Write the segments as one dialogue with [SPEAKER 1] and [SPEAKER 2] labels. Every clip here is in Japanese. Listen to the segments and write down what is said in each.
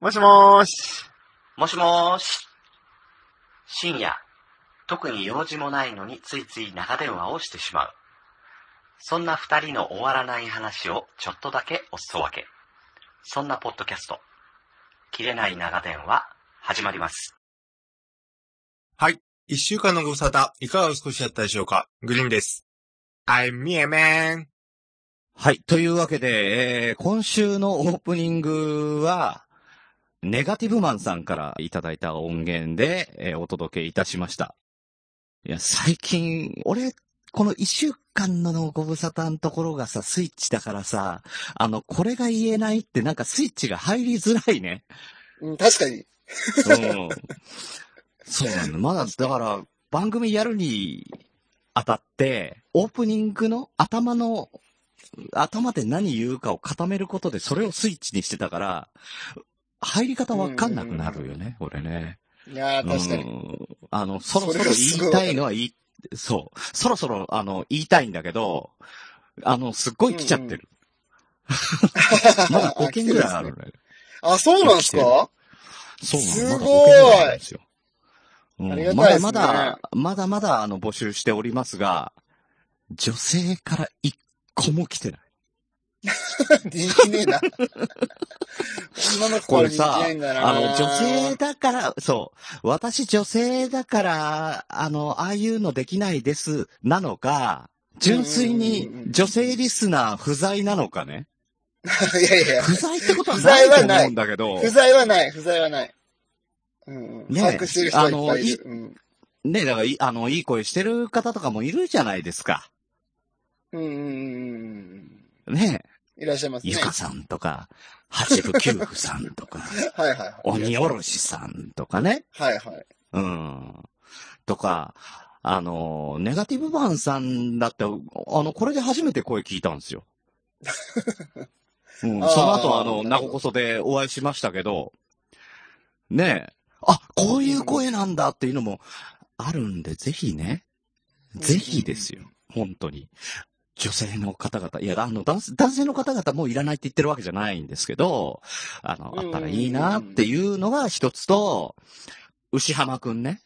[SPEAKER 1] もしもーし。
[SPEAKER 2] もしもーし。深夜、特に用事もないのについつい長電話をしてしまう。そんな二人の終わらない話をちょっとだけおすそ分け。そんなポッドキャスト、切れない長電話、始まります。
[SPEAKER 1] 一週間のご無沙汰、いかがお過ごしだったでしょうかグリーンです。I'm me, man.
[SPEAKER 3] はい。というわけで、えー今週のオープニングは、ネガティブマンさんからいただいた音源で、えーお届けいたしました。いや、最近、俺、この一週間のご無沙汰のところがさ、スイッチだからさ、あの、これが言えないってなんかスイッチが入りづらいね。
[SPEAKER 4] うん、確かに。
[SPEAKER 3] うん。そうなんだ。まだ、だから、番組やるにあたって、オープニングの頭の、頭で何言うかを固めることで、それをスイッチにしてたから、入り方わかんなくなるよね、俺ね。
[SPEAKER 4] いやー、確かに。
[SPEAKER 3] うん。あの、そろそ
[SPEAKER 4] それ
[SPEAKER 3] ろ
[SPEAKER 4] がす
[SPEAKER 3] 言
[SPEAKER 4] ごい
[SPEAKER 3] いたいのは言い、そう。そろそろ、あの、言いたいんだけど、あの、すっごい来ちゃってる。ま だ5件ぐらいある。ね。
[SPEAKER 4] あ、そうなんすか
[SPEAKER 3] そうなのま
[SPEAKER 4] すごい
[SPEAKER 3] だ5件ぐらいなんですよ。うん
[SPEAKER 4] ありがたいです
[SPEAKER 3] まだ
[SPEAKER 4] ね
[SPEAKER 3] まだ、まだまだ、あの、募集しておりますが、女性から一個も来てない。
[SPEAKER 4] 人気ねえな。女の子
[SPEAKER 3] こ
[SPEAKER 4] は
[SPEAKER 3] れ
[SPEAKER 4] 人気
[SPEAKER 3] さ、
[SPEAKER 4] な
[SPEAKER 3] あ
[SPEAKER 4] いんだな。
[SPEAKER 3] の、女性だから、そう、私女性だから、あの、ああいうのできないです、なのか、純粋に
[SPEAKER 4] うんうんうんうん
[SPEAKER 3] 女性リスナー不在なのかね。
[SPEAKER 4] いやいや、
[SPEAKER 3] 不在ってことは
[SPEAKER 4] 不在
[SPEAKER 3] な
[SPEAKER 4] はい
[SPEAKER 3] と
[SPEAKER 4] ない
[SPEAKER 3] 思うんだけど、
[SPEAKER 4] 不在はない、不在はない。うん、うん。
[SPEAKER 3] ねえ
[SPEAKER 4] 把握してる人はいっぱいいる。うん
[SPEAKER 3] ね、だからい、あの、いい声してる方とかもいるじゃないですか。
[SPEAKER 4] うんうんうんうん
[SPEAKER 3] ね。
[SPEAKER 4] うん。いらっしゃいますね。
[SPEAKER 3] ゆかさんとか、八部九部さん とか、
[SPEAKER 4] はいはいはい。
[SPEAKER 3] 鬼おろしさんとかね。
[SPEAKER 4] はいはい。
[SPEAKER 3] うん。とか、あの、ネガティブバンさんだって、あの、これで初めて声聞いたんですよ。うん、
[SPEAKER 4] あー
[SPEAKER 3] その後、あの、
[SPEAKER 4] な
[SPEAKER 3] な
[SPEAKER 4] るほ
[SPEAKER 3] ご
[SPEAKER 4] ど
[SPEAKER 3] こそでお会いしましたけど、ねえ、あ、こういう声なんだっていうのもあるんで、ぜひね、ぜひですよ、本当に。女性の方々、いや、あの、男性男性の方々もういらないって言ってるわけじゃないんですけど、あの、あったらいいなっていうのが一つと、牛浜くんね。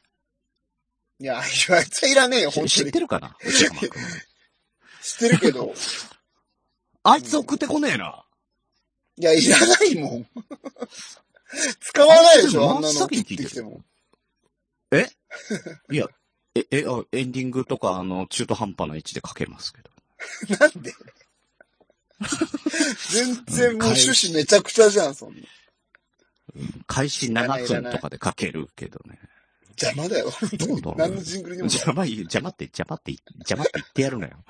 [SPEAKER 4] いや、あいつはいらねえよ、本
[SPEAKER 3] 知
[SPEAKER 4] 当
[SPEAKER 3] っ
[SPEAKER 4] に
[SPEAKER 3] て。るか な牛浜くん。
[SPEAKER 4] 知ってるけど。
[SPEAKER 3] あいつ送ってこねえな。
[SPEAKER 4] いや、いらないもん。 使わないでしょ、
[SPEAKER 3] あ
[SPEAKER 4] あんな
[SPEAKER 3] 真っ
[SPEAKER 4] の
[SPEAKER 3] 先
[SPEAKER 4] 切
[SPEAKER 3] に
[SPEAKER 4] っ
[SPEAKER 3] 聞
[SPEAKER 4] て
[SPEAKER 3] いてる
[SPEAKER 4] きても。
[SPEAKER 3] いや、え、え、あエンディングとか、あの、中途半端な位置でかけますけど。
[SPEAKER 4] なんで全然もう趣旨めちゃくちゃじゃん、そんな。
[SPEAKER 3] 開始7分とかでかけるけどね。
[SPEAKER 4] 邪魔だよ。
[SPEAKER 3] どうだろうね
[SPEAKER 4] 何のジングルにもな
[SPEAKER 3] 邪魔い、邪魔って、邪魔って、邪魔って言ってやるなよ。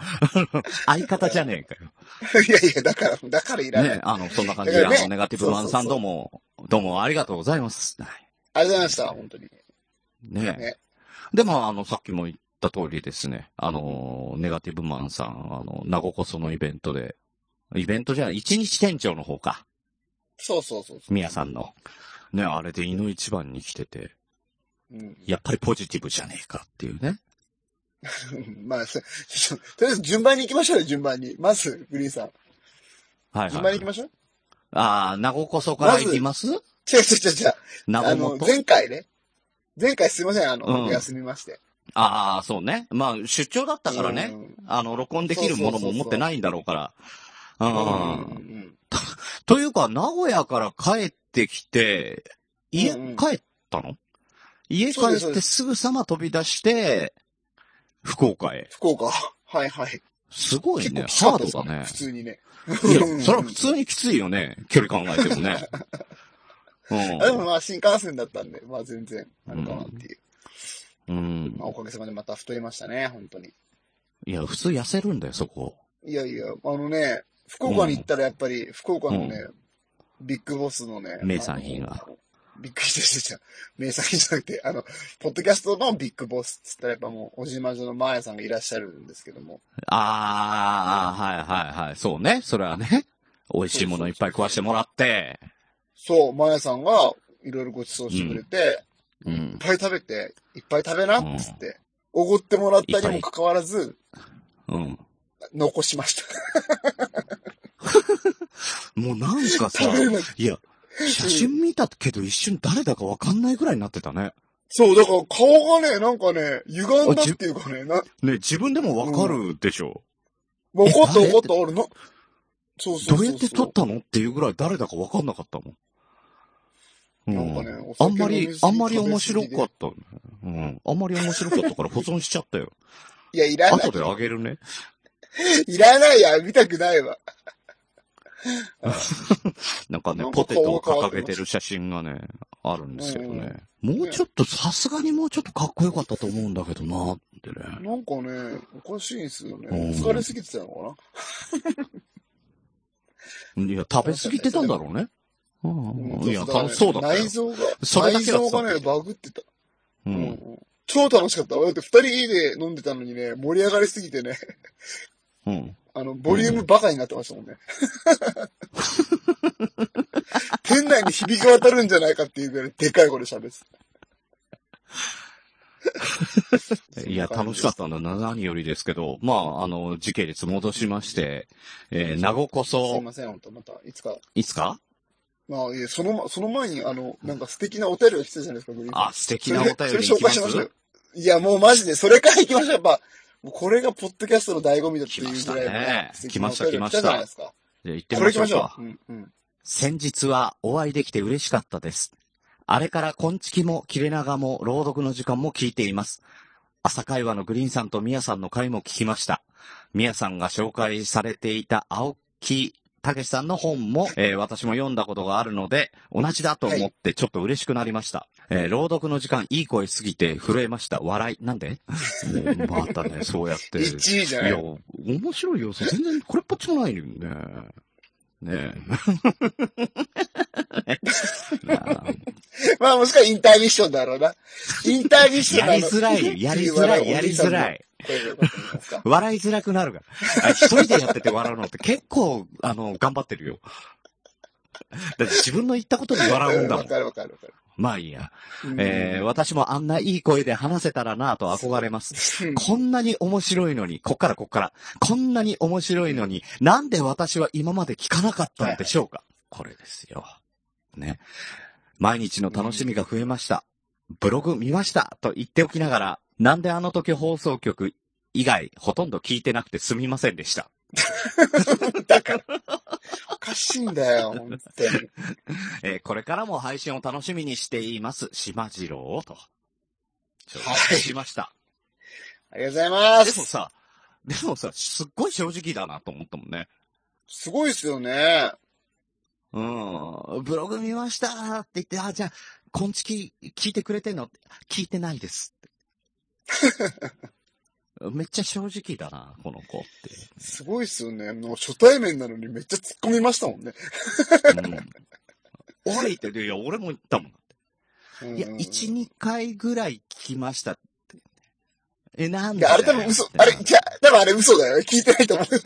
[SPEAKER 3] 相方じゃねえかよ。
[SPEAKER 4] い。いやいや、だから、だからいらない。
[SPEAKER 3] ね、あの、そんな感じで、
[SPEAKER 4] だからね
[SPEAKER 3] あの、ネガティブマンさん
[SPEAKER 4] そう
[SPEAKER 3] ど
[SPEAKER 4] そう
[SPEAKER 3] も、どうもありがとうございます。
[SPEAKER 4] ありがとうございました、本当に。
[SPEAKER 3] ね
[SPEAKER 4] ね
[SPEAKER 3] で、まあ、あの、さっきも言った通りですね、あの、ネガティブマンさん、あの、名古こそのイベントで、イベントじゃない、一日店長の方か、
[SPEAKER 4] そうそうそうそ
[SPEAKER 3] 宮さんの。ね、あれで井の一番に来てて、
[SPEAKER 4] う。うん、
[SPEAKER 3] やっぱりポジティブじゃねえかっていうね。
[SPEAKER 4] まあ、そそとりあえず順番に行きましょうよ、順番に。まず、グリーンさん。
[SPEAKER 3] はい
[SPEAKER 4] 順
[SPEAKER 3] は
[SPEAKER 4] 番
[SPEAKER 3] い、
[SPEAKER 4] に行きましょう。
[SPEAKER 3] ああ、名古こそから行きます
[SPEAKER 4] 違う違う違う違う。
[SPEAKER 3] 名
[SPEAKER 4] あ
[SPEAKER 3] 古
[SPEAKER 4] の、
[SPEAKER 3] 元
[SPEAKER 4] 前回ね。前回すいません、あの、
[SPEAKER 3] うん
[SPEAKER 4] お休みまして。
[SPEAKER 3] ああ、そうね。まあ、出張だったからね
[SPEAKER 4] う。ん。
[SPEAKER 3] あの、録音できるものも持ってないんだろうから。
[SPEAKER 4] う
[SPEAKER 3] うんん。
[SPEAKER 4] うん
[SPEAKER 3] というか、名古屋から帰ってきて、家
[SPEAKER 4] うんうん
[SPEAKER 3] 帰ったの、家帰
[SPEAKER 4] そうですそう
[SPEAKER 3] っ
[SPEAKER 4] で
[SPEAKER 3] てすぐさま飛び出して、福岡へ。
[SPEAKER 4] 福岡。はいはい。
[SPEAKER 3] すごい
[SPEAKER 4] 結
[SPEAKER 3] ね
[SPEAKER 4] 構。きつか
[SPEAKER 3] ハー
[SPEAKER 4] ったです
[SPEAKER 3] ド
[SPEAKER 4] よ
[SPEAKER 3] だね
[SPEAKER 4] 普。通にね。
[SPEAKER 3] いや、それは普通にきついよね。距離考えても ね。
[SPEAKER 4] あでもまあ新幹線だったんで、まあ全然、あるかなっていう。
[SPEAKER 3] うん。うん
[SPEAKER 4] ま。あおかげさまでまた太りましたね、本当に。
[SPEAKER 3] いや、普通痩せるんだよ、そこ。
[SPEAKER 4] いやいや、あのね、福岡に行ったらやっぱり、福岡のね、ビッグボスのね、
[SPEAKER 3] 名産品が
[SPEAKER 4] あの。びっくりした、した名産品じゃなくて、あの、ポッドキャストのビッグボスっつったらやっぱもう、おじまじょのマーヤさんがいらっしゃるんですけども。
[SPEAKER 3] ああ、はいはいはい。そうね。それは ね。美味しいものいっぱい食わしてもらって。
[SPEAKER 4] そう、マーヤさんがいろいろご馳走してくれて、
[SPEAKER 3] うん
[SPEAKER 4] いっ。ぱい食べて、いっぱい食べなっつって、おごってもらったにもかかわらず、
[SPEAKER 3] うん。
[SPEAKER 4] 残しました。
[SPEAKER 3] もうなんかさ
[SPEAKER 4] 食、べれなくて
[SPEAKER 3] いや、写真見たけど一瞬誰だかわかんないぐらいになってたね。
[SPEAKER 4] そう、だから顔がね、なんかね、歪んだっていうかね、な、わか
[SPEAKER 3] ね、自分でもわかるでしょ、
[SPEAKER 4] ったわかった、あれな。そうそうそうそう。
[SPEAKER 3] どうやって撮ったのっていうぐらい誰だかわかんなかったもん。う
[SPEAKER 4] なんか
[SPEAKER 3] ん。
[SPEAKER 4] ね、
[SPEAKER 3] あんまり、あんまり面白かったね。うん。あんまり面白かったから保存しちゃ ったよ。
[SPEAKER 4] た。いや、いらな
[SPEAKER 3] 後
[SPEAKER 4] い。
[SPEAKER 3] であげるね。
[SPEAKER 4] いらないや、見たくないわ。
[SPEAKER 3] なんかね
[SPEAKER 4] なん、か
[SPEAKER 3] ポテトを掲げてる写真がね、あるんですけどね。もうちょっと、さすがにもうちょっとかっこよかったと思うんだけどな、ってね。
[SPEAKER 4] なんかね、おかしいんですよね。
[SPEAKER 3] うん
[SPEAKER 4] 疲れすぎてたのかない
[SPEAKER 3] や、食べ過ぎてたんだろうね。うん。いや、楽しそうだったよ
[SPEAKER 4] 内。臓が、
[SPEAKER 3] それだ
[SPEAKER 4] 内
[SPEAKER 3] けは伝わっ
[SPEAKER 4] 臓
[SPEAKER 3] て
[SPEAKER 4] が
[SPEAKER 3] る
[SPEAKER 4] ね、バグってた。
[SPEAKER 3] う。
[SPEAKER 4] うんん超楽しかった。だって二人で飲んでたのにね、盛り上がりすぎてね、
[SPEAKER 3] うん。
[SPEAKER 4] あの、ボリュームバカになってましたもん ね。店内に響き渡るんじゃないかっていうぐらいでかい声で喋ってた。
[SPEAKER 3] いや、楽しかったんだな、何よりですけど、まあ、あの、時系列戻しまして、えー、名護こ
[SPEAKER 4] すい
[SPEAKER 3] そ、
[SPEAKER 4] ません、本当また、いつか。
[SPEAKER 3] いつか
[SPEAKER 4] まあ、いえ、そのま、その前に、あの、なんか素敵なお便りが来てたじゃないですか、グリーンさん
[SPEAKER 3] あ、素敵なお便り
[SPEAKER 4] そ
[SPEAKER 3] い
[SPEAKER 4] れ
[SPEAKER 3] き
[SPEAKER 4] 紹
[SPEAKER 3] ま
[SPEAKER 4] 介し
[SPEAKER 3] す
[SPEAKER 4] ましょう。いや、もうマジで、それから行きましょう。やっぱ、もうこれがポッドキャストの醍醐味だっていうぐらいのね
[SPEAKER 3] 来ましたね
[SPEAKER 4] 素敵なお便りが来たじゃないですか。
[SPEAKER 3] じゃあ行ってみ
[SPEAKER 4] これ
[SPEAKER 3] ま
[SPEAKER 4] 行き
[SPEAKER 3] しょ
[SPEAKER 4] ま
[SPEAKER 3] う
[SPEAKER 4] し
[SPEAKER 3] か。
[SPEAKER 4] ょう。うん、うん。
[SPEAKER 3] 先日はお会いできて嬉しかったです。あれから昆虫も切れ長も朗読の時間も聞いています。朝会話のグリーンさんとミヤさんの回も聞きました。ミヤさんが紹介されていた青木武さんの本も、えー私も読んだことがあるので、同じだと思ってちょっと嬉しくなりました。えー朗読の時間いい声すぎて震えました。笑い。なん でまたね、そうや って。
[SPEAKER 4] 1位じゃないい
[SPEAKER 3] や、面白 い要素全然これっぽっちもないよね。ねえ。なあ
[SPEAKER 4] まあもしかはインターミッションだろうな。インターミッション
[SPEAKER 3] やりづらい、やりづらい、やりづら
[SPEAKER 4] い。
[SPEAKER 3] い。
[SPEAKER 4] これでよかったんじゃないですか
[SPEAKER 3] 笑いづらくなるから。あ一人でやってて笑うのって結構、あの、頑張ってるよ。だって自分の言ったことに笑うんだも
[SPEAKER 4] わ
[SPEAKER 3] ん。
[SPEAKER 4] かるわかるわかる。
[SPEAKER 3] まあいいや。
[SPEAKER 4] うん
[SPEAKER 3] えー、私もあんないい声で話せたらなぁと憧れます。
[SPEAKER 4] うん
[SPEAKER 3] こんなに面白いのに、こっからこっから、こんなに面白いのに、なんで私は今まで聞かなかったのでしょうか、これですよ。ね。毎日の楽しみが増えました。ブログ見ましたと言っておきながら、なんであの時放送局以外、ほとんど聞いてなくてすみませんでした。
[SPEAKER 4] だから。おかしいんだよ、本当に。
[SPEAKER 3] えーこれからも配信を楽しみにしています。島次郎と。承
[SPEAKER 4] はい
[SPEAKER 3] 知しました。
[SPEAKER 4] ありがとうございま
[SPEAKER 3] でも
[SPEAKER 4] す。
[SPEAKER 3] さ、でもさ、すっごい正直だなと思ったもんね。
[SPEAKER 4] すごいですよね。
[SPEAKER 3] うん。ブログ見ましたって言って、あ、じゃあ、こんちき聞いてくれてんの聞いてない ですって。めっちゃ正直だな、この子っ
[SPEAKER 4] すごいですよね。もう初対面なのにめっちゃ突っ込みましたもんね。
[SPEAKER 3] て。うん。おいって、いや、俺も言ったもん。
[SPEAKER 4] うん
[SPEAKER 3] いや、1、2回ぐらい聞きましたって。え、なん
[SPEAKER 4] い
[SPEAKER 3] で
[SPEAKER 4] や、あれ多分嘘。あれ、じゃあ、多分あれ嘘だよ。聞いてないと思う。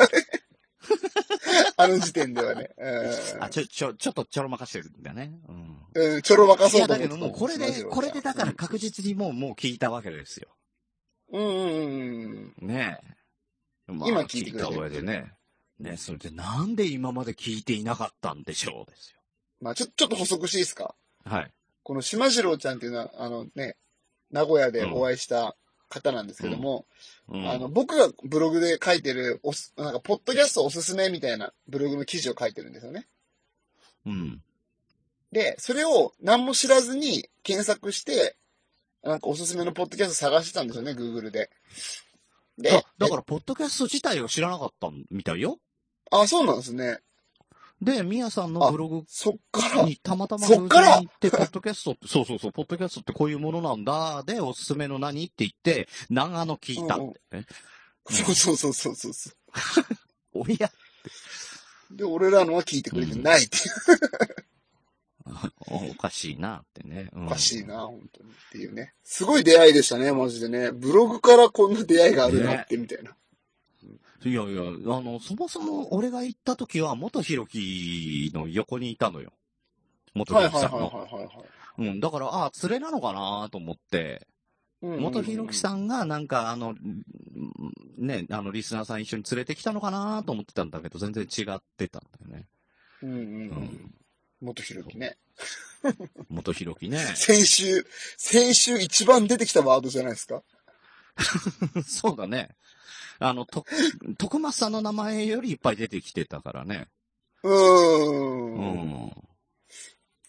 [SPEAKER 4] あの時点ではね。
[SPEAKER 3] あ、ちょ、ちょ、ちょっとちょろまかしてるんだね。うん。
[SPEAKER 4] うん。うん、ちょろまか
[SPEAKER 3] い
[SPEAKER 4] そう
[SPEAKER 3] や、
[SPEAKER 4] と
[SPEAKER 3] だ
[SPEAKER 4] 思
[SPEAKER 3] け
[SPEAKER 4] って
[SPEAKER 3] ど
[SPEAKER 4] た
[SPEAKER 3] もうこれ
[SPEAKER 4] マジ
[SPEAKER 3] で、これでだから
[SPEAKER 4] うん
[SPEAKER 3] 確実にもう、もう聞いたわけですよ。
[SPEAKER 4] うんうんうん
[SPEAKER 3] ねえ。ま
[SPEAKER 4] 今聞いてくれ
[SPEAKER 3] た
[SPEAKER 4] てる
[SPEAKER 3] 上でね。ねそれでなんで今まで聞いていなかったんでしょうです
[SPEAKER 4] まあちょ、ちょっと補足していいですか
[SPEAKER 3] よ。はい。
[SPEAKER 4] この島次郎ちゃんっていうのは、あのね、名古屋でお会いした方なんですけども、
[SPEAKER 3] うん、
[SPEAKER 4] あの、僕がブログで書いてるおす、なんか、ポッドキャストおすすめみたいなブログの記事を書いてるんですよね。
[SPEAKER 3] うん。
[SPEAKER 4] で、それを何も知らずに検索して、なんかおすすめのポッドキャスト探してたんですよね、Google で。で、
[SPEAKER 3] だだから、ポッドキャスト自体を知らなかったみたいよ。
[SPEAKER 4] あ、そうなんですね。
[SPEAKER 3] で、ミヤさんのブログ
[SPEAKER 4] そっから、
[SPEAKER 3] にたまたま
[SPEAKER 4] そっから
[SPEAKER 3] 偶然行って、ポッドキャストって、そうそうそう、ポッドキャストってこういうものなんだ、で、おすすめの何って言って、長野聞いたってね。
[SPEAKER 4] そうそうそうそうそうそ
[SPEAKER 3] おや、
[SPEAKER 4] う。で、俺らのは聞いてくれてないっていう、
[SPEAKER 3] おおかしいなってね。うん
[SPEAKER 4] おかしいな、本当に。っていうね。すごい出会いでしたね、マジでね。ブログからこんな出会いがあるなって、みたいな。
[SPEAKER 3] いやいや、あの、そもそも俺が行った時は、元弘樹の横にいたのよ。元
[SPEAKER 4] はい
[SPEAKER 3] 弘
[SPEAKER 4] は
[SPEAKER 3] 樹
[SPEAKER 4] い
[SPEAKER 3] さ
[SPEAKER 4] は
[SPEAKER 3] ん
[SPEAKER 4] いはい
[SPEAKER 3] の。
[SPEAKER 4] はいはい。
[SPEAKER 3] うん、だから、ああ、連れなのかなと思って、
[SPEAKER 4] うんうんうん
[SPEAKER 3] 元弘樹さんがなんか、あの、うんね、あの、リスナーさん一緒に連れてきたのかなと思ってたんだけど、全然違ってたんだよね。
[SPEAKER 4] うんうんうん。元ひろきね。
[SPEAKER 3] 元ひろ きね。
[SPEAKER 4] 先週、先週一番出てきたワードじゃないですか。
[SPEAKER 3] そうだね。あの、と、徳松さんの名前よりいっぱい出てきてたからね。
[SPEAKER 4] うー。
[SPEAKER 3] うんん。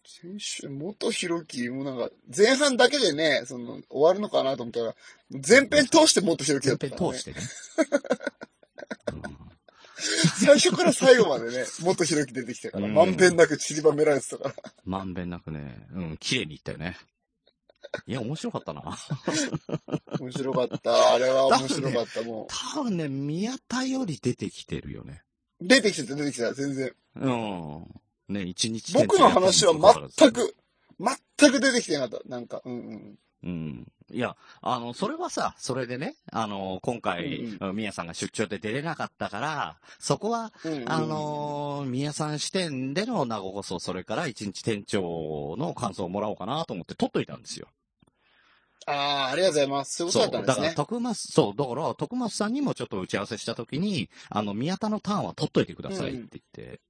[SPEAKER 4] 先週、元ひろきもなんか、前半だけでね、その、終わるのかなと思ったら、前編通して元ひろきだ
[SPEAKER 3] 全
[SPEAKER 4] っ
[SPEAKER 3] 編
[SPEAKER 4] たから、
[SPEAKER 3] 通し。て
[SPEAKER 4] ね
[SPEAKER 3] ね。うん
[SPEAKER 4] 最初から最後までね、元ひろき出てきたから、
[SPEAKER 3] うん
[SPEAKER 4] まんべんなく散りばめられてたから。
[SPEAKER 3] まんべんなくね、うん、綺麗にいったよね。いや、面白かったな。
[SPEAKER 4] 面白かった。あれは面白かった、も
[SPEAKER 3] 多分ね、宮田より出てきてるよね。
[SPEAKER 4] う。出てきてた、出てきてた、全然。
[SPEAKER 3] うん。ね、一日
[SPEAKER 4] 僕の話は全
[SPEAKER 3] く
[SPEAKER 4] く、全く出てきてなかった。なんか、うんうん。
[SPEAKER 3] うん。いや、あの、それはさ、それでね、あの、今回、
[SPEAKER 4] う
[SPEAKER 3] 宮さんが出張で出れなかったから、そこは、
[SPEAKER 4] うんうん
[SPEAKER 3] あ、のー宮さん視点での名古こそ、それから一日店長の感想をもらおうかなと思って撮っといたんですよ。
[SPEAKER 4] ああー、ありがとうございます。そういうことだ
[SPEAKER 3] う、
[SPEAKER 4] った
[SPEAKER 3] だか
[SPEAKER 4] んで
[SPEAKER 3] ら、
[SPEAKER 4] すね。
[SPEAKER 3] 徳松、そう、だから、徳松さんにもちょっと打ち合わせしたときに、あの、宮田のターンは取っといてくださいって言って、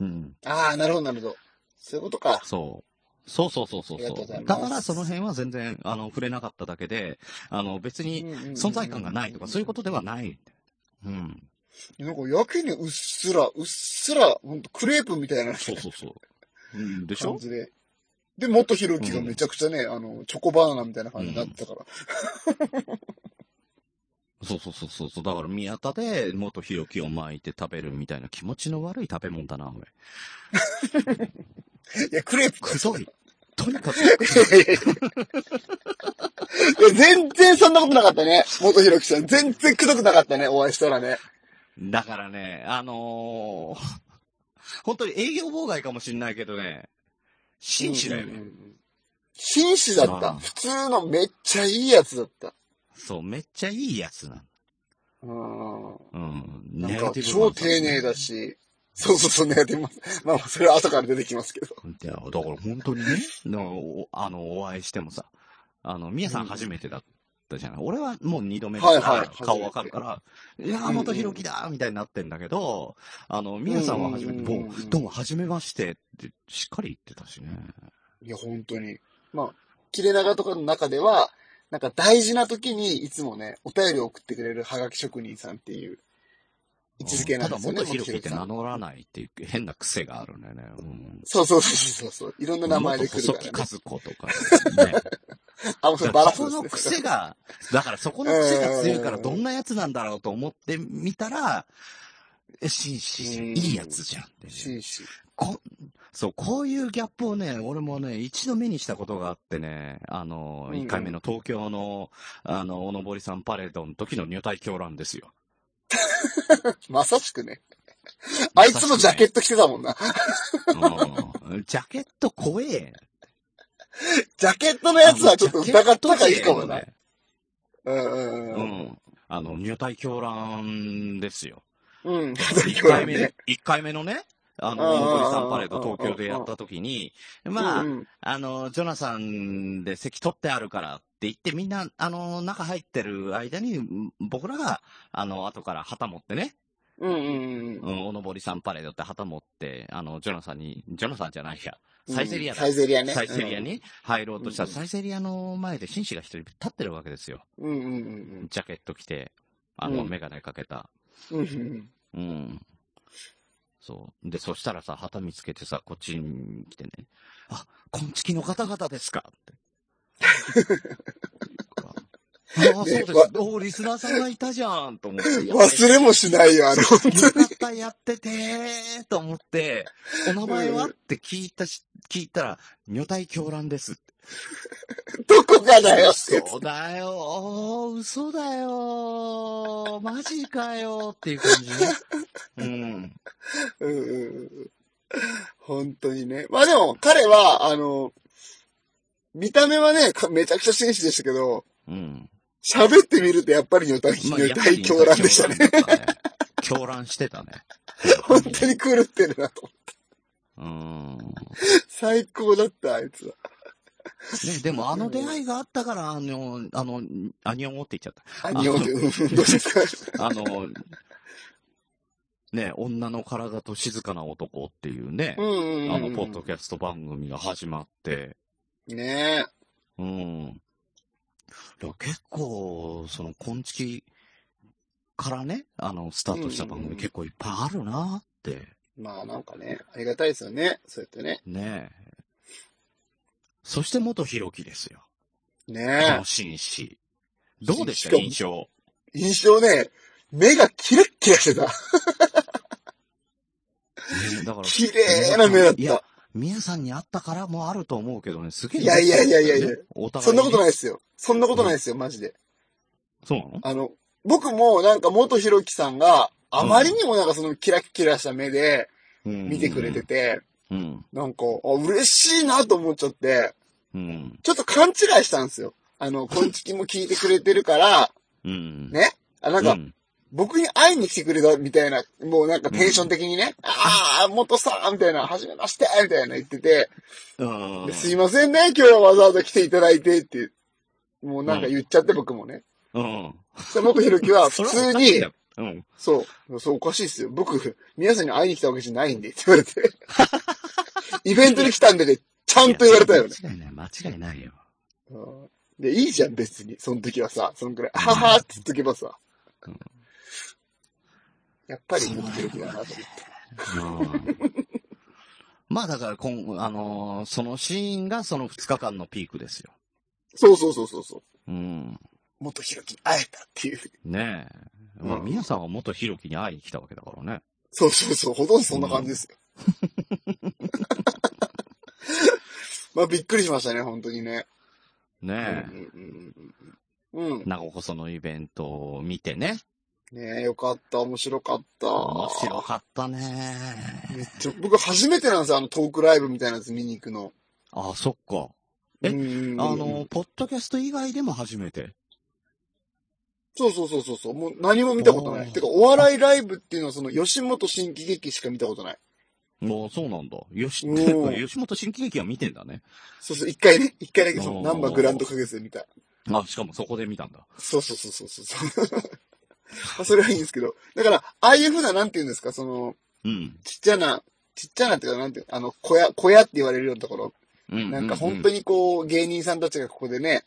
[SPEAKER 3] うん、
[SPEAKER 4] ああ、なるほど、なるほど。そういうことか。
[SPEAKER 3] そう。そうそうそうそう
[SPEAKER 4] ありがと
[SPEAKER 3] そう
[SPEAKER 4] ございます。
[SPEAKER 3] だから、その辺は全然、あの、触れなかっただけで、あの、別に、存在感がないとか、そういうこととではない。うん。
[SPEAKER 4] なんか、やけにうっすら、うっすら、ほんと、クレープみたいな
[SPEAKER 3] そうそうそう。うん、でし
[SPEAKER 4] 感
[SPEAKER 3] ょ
[SPEAKER 4] じで。で、元ひろきがめちゃくちゃね、あの、チョコバナナみたいな感じになってたから。
[SPEAKER 3] そうそうそうそうそう。だから、宮田で元ひろきを巻いて食べるみたいな気持ちの悪い食べ物だな、 俺。
[SPEAKER 4] いや、クレープ
[SPEAKER 3] くどい。とにかく、
[SPEAKER 4] いやいやいやいや全然そんなことなかったね。元ひろきさん。全然くどくなかったね、お会いしたらね。
[SPEAKER 3] だからね、あのー、 本当に営業妨害かもしれないけどね、紳士だよね。
[SPEAKER 4] うんうんうん。紳士だっ
[SPEAKER 3] あ
[SPEAKER 4] た。
[SPEAKER 3] あ
[SPEAKER 4] 普通のめっちゃいいやつだった。
[SPEAKER 3] そう、めっちゃいいやつな
[SPEAKER 4] うん。
[SPEAKER 3] の。うん。
[SPEAKER 4] なん
[SPEAKER 3] ネガ
[SPEAKER 4] か
[SPEAKER 3] ティブ
[SPEAKER 4] 超丁寧だし。そうそうそう、ネガティブマンサーまあ、それは後から出てきますけど。
[SPEAKER 3] いや、だから本当にね、だからおあの、お会いしてもさ、あの、みやさん初めてだったじゃない。俺はもう二度目だから、
[SPEAKER 4] はいはい
[SPEAKER 3] 顔わかるから、いやー、元ひろきだーみたいになってんだけど、あの、みやさんは初めて、
[SPEAKER 4] うんうんうん
[SPEAKER 3] もう、どうも、初めましてって、しっかり言ってたしね。
[SPEAKER 4] いや、本当に。まあ、切れ長とかの中では、なんか大事な時にいつもね、お便りを送ってくれるハガキ職人さんっていう位置づけなんですよね。
[SPEAKER 3] ただ、元ひろきって名
[SPEAKER 4] 元
[SPEAKER 3] 乗らないっていう変な癖があるんだよね。うん。
[SPEAKER 4] そうそうそうそうそう。いろんな名前で来る
[SPEAKER 3] 元
[SPEAKER 4] から、
[SPEAKER 3] 細木。
[SPEAKER 4] ね
[SPEAKER 3] 和子とか、ね。
[SPEAKER 4] あ、もうそれバラ
[SPEAKER 3] そこ
[SPEAKER 4] す
[SPEAKER 3] の
[SPEAKER 4] ですね。
[SPEAKER 3] 癖が、だからそこの癖が強いから
[SPEAKER 4] うん
[SPEAKER 3] どんなやつなんだろうと思ってみたら、え紳士じゃん、
[SPEAKER 4] うん
[SPEAKER 3] いいやつじゃんってね、
[SPEAKER 4] 紳士。
[SPEAKER 3] こそう、こういうギャップをね、俺もね、一度目にしたことがあってね、あの、
[SPEAKER 4] うんうん
[SPEAKER 3] 1回目の東京の、あの、おのぼりさんパレードの時の女体狂乱ですよ。
[SPEAKER 4] まさしくね。あいつもジャケ
[SPEAKER 3] ッ
[SPEAKER 4] ット着てたもんな。
[SPEAKER 3] ト、うんジャケット怖え。
[SPEAKER 4] ジャケットのやつはちょっと疑ったがいいかも
[SPEAKER 3] ジャ
[SPEAKER 4] な
[SPEAKER 3] ケッ。
[SPEAKER 4] うんうん
[SPEAKER 3] ト
[SPEAKER 4] う
[SPEAKER 3] 怖え
[SPEAKER 4] ん。
[SPEAKER 3] のね。うん。あの、女体狂乱ですよ。
[SPEAKER 4] うん。
[SPEAKER 3] 一回目で、一回目のね、あの、
[SPEAKER 4] うん
[SPEAKER 3] モリサンパレード
[SPEAKER 4] うん
[SPEAKER 3] 東京でやった時に、まあ
[SPEAKER 4] う、ん
[SPEAKER 3] あの、ジョナサンで席取ってあるからって言って、みんな、あの、中入ってる間に、うん僕らが、あの、後から旗持ってね、
[SPEAKER 4] うんうんうん。
[SPEAKER 3] うん、おのぼりさんパレードって旗持って、あの、ジョナサンに、ジョナサンじゃないや、サイゼリアだ
[SPEAKER 4] サイゼリアね。
[SPEAKER 3] サイゼリアに入ろうとしたら、
[SPEAKER 4] うん
[SPEAKER 3] サイゼリアの前で紳士が一人立ってるわけですよ。
[SPEAKER 4] うん。うんうん
[SPEAKER 3] ジャケット着て、あの、
[SPEAKER 4] うん
[SPEAKER 3] メガネかけた。
[SPEAKER 4] うんうんうん。
[SPEAKER 3] うん。そう。で、そしたらさ、旗見つけてさ、こっちに来てね、あ、こんちきの方々ですかって。 ああ、そうです
[SPEAKER 4] ねわ。
[SPEAKER 3] おリスナーさんがいたじゃんと思 って。よ
[SPEAKER 4] 忘れもしないよ、あれ。
[SPEAKER 3] かった、やっててーと思って、お名前は
[SPEAKER 4] うん
[SPEAKER 3] って聞いたし、聞いたら、女体狂乱です。
[SPEAKER 4] どこがだよってやつ
[SPEAKER 3] 嘘だよー、嘘だよー、マジかよーっていう感じね。うん。
[SPEAKER 4] うんうんうん。本当にね。まあでも、彼は、あの、見た目はね、かめちゃくちゃ紳士でしたけど、
[SPEAKER 3] うん。
[SPEAKER 4] 喋ってみるとやっぱり女体、
[SPEAKER 3] まあ
[SPEAKER 4] 女体狂乱でしたね。。
[SPEAKER 3] やっぱりね狂乱してたね。
[SPEAKER 4] 本当に狂ってるなと。
[SPEAKER 3] うーん。
[SPEAKER 4] 最高だった、あいつは。
[SPEAKER 3] ね、でもあの出会いがあったから、あの、あの、アニオンをって言っちゃっ
[SPEAKER 4] あ、日本で、うんどうですか
[SPEAKER 3] た。あの、ね、女の体と静かな男っていうね、
[SPEAKER 4] うんうんうん。
[SPEAKER 3] あの、ポッドキャスト番組が始まって、
[SPEAKER 4] ね
[SPEAKER 3] うん。いや結構、その、昆虫からね、あの、スタートした番
[SPEAKER 4] うんうんう
[SPEAKER 3] 組
[SPEAKER 4] ん
[SPEAKER 3] 結構いっぱいあるなって、
[SPEAKER 4] え。まあなんかね、ありがたいですよね。そうやってね。
[SPEAKER 3] ねえ。そして元ひろきですよ。こ
[SPEAKER 4] ね
[SPEAKER 3] の紳士。どうでし
[SPEAKER 4] したかも
[SPEAKER 3] 印象。
[SPEAKER 4] え。印象ね、目がキラッキラしてた。
[SPEAKER 3] ねだから
[SPEAKER 4] 綺麗な目だっ
[SPEAKER 3] いや
[SPEAKER 4] た。、
[SPEAKER 3] 皆さんに会ったからもあると思うけどね、すげえ。
[SPEAKER 4] いやいやいやいやいや
[SPEAKER 3] ねお互い、
[SPEAKER 4] そんなことな
[SPEAKER 3] い。
[SPEAKER 4] いですよ。そんなことないですよ、マジで。
[SPEAKER 3] そうなの
[SPEAKER 4] あの、僕もなんか元ひろきさんが、あまりにもなんかそのキラッキラした目で見てくれて。て、
[SPEAKER 3] うん。
[SPEAKER 4] なんか、あ、嬉しいなと思っちゃって、
[SPEAKER 3] うん。
[SPEAKER 4] ちょっと勘違いしたんですよ。あの、こんちきも聞いてくれてるから、
[SPEAKER 3] うん。
[SPEAKER 4] ねあなんか、
[SPEAKER 3] うん
[SPEAKER 4] 僕に会いに来てくれたみたいな、もうなんかテンション的にね、ああ、元さんみたいな、はじめましてみたいな言ってて、
[SPEAKER 3] うん。
[SPEAKER 4] ですいませんね、今日はわざわざ来ていただいてって、もうなんか言っちゃって僕もね。
[SPEAKER 3] うん。
[SPEAKER 4] そしたら元ひろきは普通に、
[SPEAKER 3] うん。
[SPEAKER 4] そう、そうおかしいっすよ。僕、皆さんに会いに来たわけじゃないんで、って言わ れて。イベントに来たんでね、ちゃんと言われたよね。
[SPEAKER 3] 間違いない、間違いないよ。
[SPEAKER 4] うんで、いいじゃん、別に。その時はさ、そのくらい、あははって言っとけばさ
[SPEAKER 3] うん。
[SPEAKER 4] やっぱり持ってる気だなと思って。
[SPEAKER 3] うんまあだから、こん、あのーそのシーンがその2日間のピークですよ。
[SPEAKER 4] そうそうそうそうそう。
[SPEAKER 3] うん。
[SPEAKER 4] 元ひろきに会えたっていう。
[SPEAKER 3] ねえ。まあ、
[SPEAKER 4] うん
[SPEAKER 3] 皆さんは元ひろきに会いに来たわけだからね。
[SPEAKER 4] そうそうそう、ほとんどそんな感じですよ。 まあ、びっくりしましたね、本当にね。うん
[SPEAKER 3] ねえ。
[SPEAKER 4] うんうんうんうん。うん
[SPEAKER 3] なんかそのイベントを見てね。
[SPEAKER 4] ねえ、よかった、面白かった。
[SPEAKER 3] 面白かったね。
[SPEAKER 4] めっちゃ、僕初めてなんですよ、あのトークライブみたいなやつ見に行くの。
[SPEAKER 3] あそっか。え
[SPEAKER 4] うん
[SPEAKER 3] あの、、ポッドキャスト以外でも初めて。
[SPEAKER 4] そうそうそうそうそう、もう何も見たことな
[SPEAKER 3] おー
[SPEAKER 4] い。てか、お笑いライブっていうのはその、吉本新喜劇しか見たことない。
[SPEAKER 3] もうそうなんだ。よし、
[SPEAKER 4] おー
[SPEAKER 3] ていうか吉本新喜劇は見てんだね。
[SPEAKER 4] そうそう、一回 ね、一回だけその、
[SPEAKER 3] おー
[SPEAKER 4] ナンバーグランド花月で見た。
[SPEAKER 3] あ、しかもそこで見たんだ。
[SPEAKER 4] そうそうそうそうそう。まあ それはいいんですけど。だから、ああいうふうな、なんていうんですか、その、
[SPEAKER 3] うん。
[SPEAKER 4] ちっちゃな、ちっちゃなっていうか、なんていうあの、小屋、小屋って言われるようなところ、
[SPEAKER 3] うん。
[SPEAKER 4] なんか本当
[SPEAKER 3] に。
[SPEAKER 4] にこう、芸人さんたちがここでね、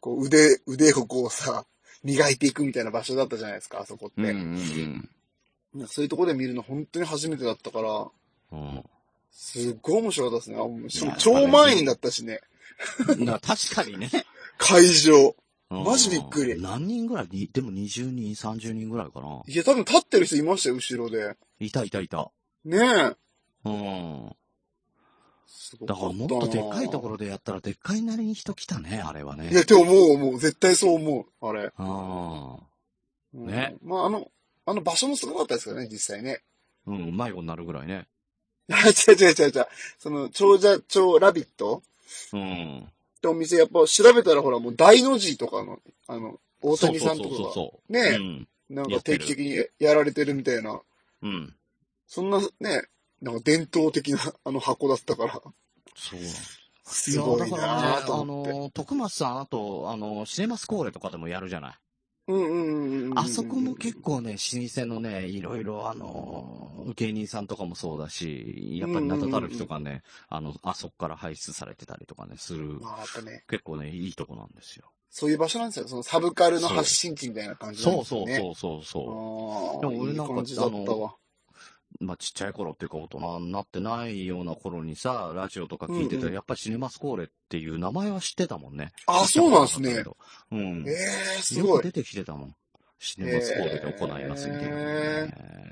[SPEAKER 4] こう腕、腕をこうさ、磨いていくみたいな場所だったじゃないですか、あそこって。
[SPEAKER 3] うんうん
[SPEAKER 4] なんかそういうところで見るの本当に初めてだったから、
[SPEAKER 3] うん。
[SPEAKER 4] すっごい面白かったですねあもう。しか
[SPEAKER 3] い
[SPEAKER 4] も
[SPEAKER 3] や
[SPEAKER 4] 超満員だったしね、
[SPEAKER 3] うん。な確かにね。
[SPEAKER 4] 会場。
[SPEAKER 3] うん
[SPEAKER 4] マジびっくり
[SPEAKER 3] 何人ぐらいにでも20人、30人ぐらいかな。
[SPEAKER 4] いや、多分立ってる人いましたよ、後ろで。
[SPEAKER 3] いたいたいた。
[SPEAKER 4] ねえ。
[SPEAKER 3] うん。
[SPEAKER 4] すご
[SPEAKER 3] だからもっとでっかいとこ
[SPEAKER 4] ろ。
[SPEAKER 3] ろでやったらでっかいなりに人来たね、あれはね
[SPEAKER 4] い。や、って思う、思う。絶対そう思う、あれ。
[SPEAKER 3] あ
[SPEAKER 4] うん
[SPEAKER 3] ね。
[SPEAKER 4] まあ、あの、あの場所もすごかったですからね、実際ね。
[SPEAKER 3] あ。うん、迷子になるぐらいね。
[SPEAKER 4] あ違う違う違う違う。その、長者、超ラビット
[SPEAKER 3] うん。
[SPEAKER 4] ってお店、やっぱ調べたらほら、もう大の字とかの、あの、大谷さんと
[SPEAKER 3] そうそうそう
[SPEAKER 4] か
[SPEAKER 3] そう。
[SPEAKER 4] が、
[SPEAKER 3] う
[SPEAKER 4] ね、
[SPEAKER 3] ん。
[SPEAKER 4] なん
[SPEAKER 3] や
[SPEAKER 4] か
[SPEAKER 3] ってる
[SPEAKER 4] 定期的にやられてるみたいな、
[SPEAKER 3] うん。
[SPEAKER 4] そんなね、なんか伝統的なあの箱だったから、
[SPEAKER 3] そうなん
[SPEAKER 4] すごい
[SPEAKER 3] やだからね
[SPEAKER 4] なぁと思って。
[SPEAKER 3] あの、徳松さん、あと、あの、シネマスコーレとかでもやるじゃない。
[SPEAKER 4] うんうんうんうんうん。
[SPEAKER 3] あそこも結構ね、老舗のね、いろいろあの、芸人さんとかもそうだし、やっぱり名だたる人がね、あの、あそこから輩出されてたりとかね、する、
[SPEAKER 4] まあ、やっぱね、
[SPEAKER 3] 結構ね、いいとこなんですよ。
[SPEAKER 4] そういう場所なんですよ。そのサブカルの発信地みたいな感じなん
[SPEAKER 3] そ
[SPEAKER 4] で
[SPEAKER 3] う
[SPEAKER 4] すよ
[SPEAKER 3] そうそう
[SPEAKER 4] ね。
[SPEAKER 3] そうそ
[SPEAKER 4] そう
[SPEAKER 3] でも俺なんか
[SPEAKER 4] いい感じだったわ。
[SPEAKER 3] う。まあ、ちっちゃい頃っていうか大人になってないような頃にさ、ラジオとか聞いて
[SPEAKER 4] うん
[SPEAKER 3] た
[SPEAKER 4] う
[SPEAKER 3] ら、
[SPEAKER 4] ん
[SPEAKER 3] やっぱシネマスコーレっていう名前は知ってたもんね。
[SPEAKER 4] あ、そうなんです
[SPEAKER 3] 聞いた。
[SPEAKER 4] ね
[SPEAKER 3] ことなかったけど。うん。
[SPEAKER 4] ええー、す
[SPEAKER 3] よ
[SPEAKER 4] ご
[SPEAKER 3] く
[SPEAKER 4] い。
[SPEAKER 3] 出てきてたもん。シネマスコーレで行いますみたいなのね、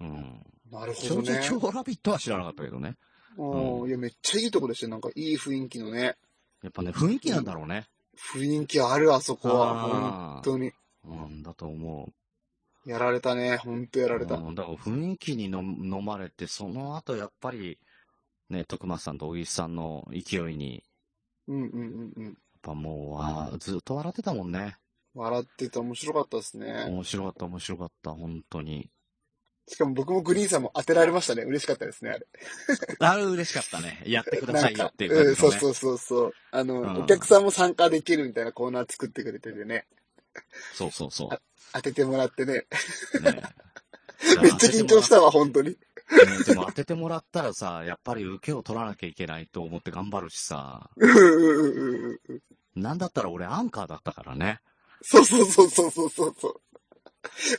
[SPEAKER 3] うん。
[SPEAKER 4] なるほ
[SPEAKER 3] 正
[SPEAKER 4] どね
[SPEAKER 3] 直、。超ラビットは知らなかったけどね。
[SPEAKER 4] うん。いや、めっちゃいいとこでしたよなんかいい雰囲気のね。
[SPEAKER 3] やっぱね、雰囲気なんだろうね。
[SPEAKER 4] 雰囲気ある、あそこは。本
[SPEAKER 3] あー
[SPEAKER 4] 当に。
[SPEAKER 3] うん、だと思う。
[SPEAKER 4] やられたね。本当やられた。
[SPEAKER 3] うんだから雰囲気にの飲まれて、その後やっぱり、ね、徳松さんと小木さんの勢いに、や
[SPEAKER 4] うんうんうんうん。
[SPEAKER 3] っぱもう、あーずっと笑ってたもんね。
[SPEAKER 4] 笑ってた面白かったですね。
[SPEAKER 3] 面白かった、面白かった、本当に。
[SPEAKER 4] しかも僕もグリーンさんも当てられましたね。嬉しかったですね、あれ。
[SPEAKER 3] あれ嬉しかったね。やってくだ
[SPEAKER 4] な
[SPEAKER 3] さ
[SPEAKER 4] ん
[SPEAKER 3] いよ
[SPEAKER 4] か
[SPEAKER 3] っ、ていう感じの、
[SPEAKER 4] う
[SPEAKER 3] ね。
[SPEAKER 4] ん、そうそうそうそう。あの、
[SPEAKER 3] うん
[SPEAKER 4] お客さんも参加できるみたいなコーナー作ってくれててね。
[SPEAKER 3] そうそうそう。
[SPEAKER 4] 当ててもらってね。
[SPEAKER 3] ね
[SPEAKER 4] めっちゃ緊張したわ、本当に。
[SPEAKER 3] うんでも当ててもらったらさ、やっぱり受けを取らなきゃいけないと思って頑張るしさ。
[SPEAKER 4] うんうんうんうんうん。
[SPEAKER 3] なんだったら俺アンカーだったからね。
[SPEAKER 4] そうそうそうそうそうそうそう。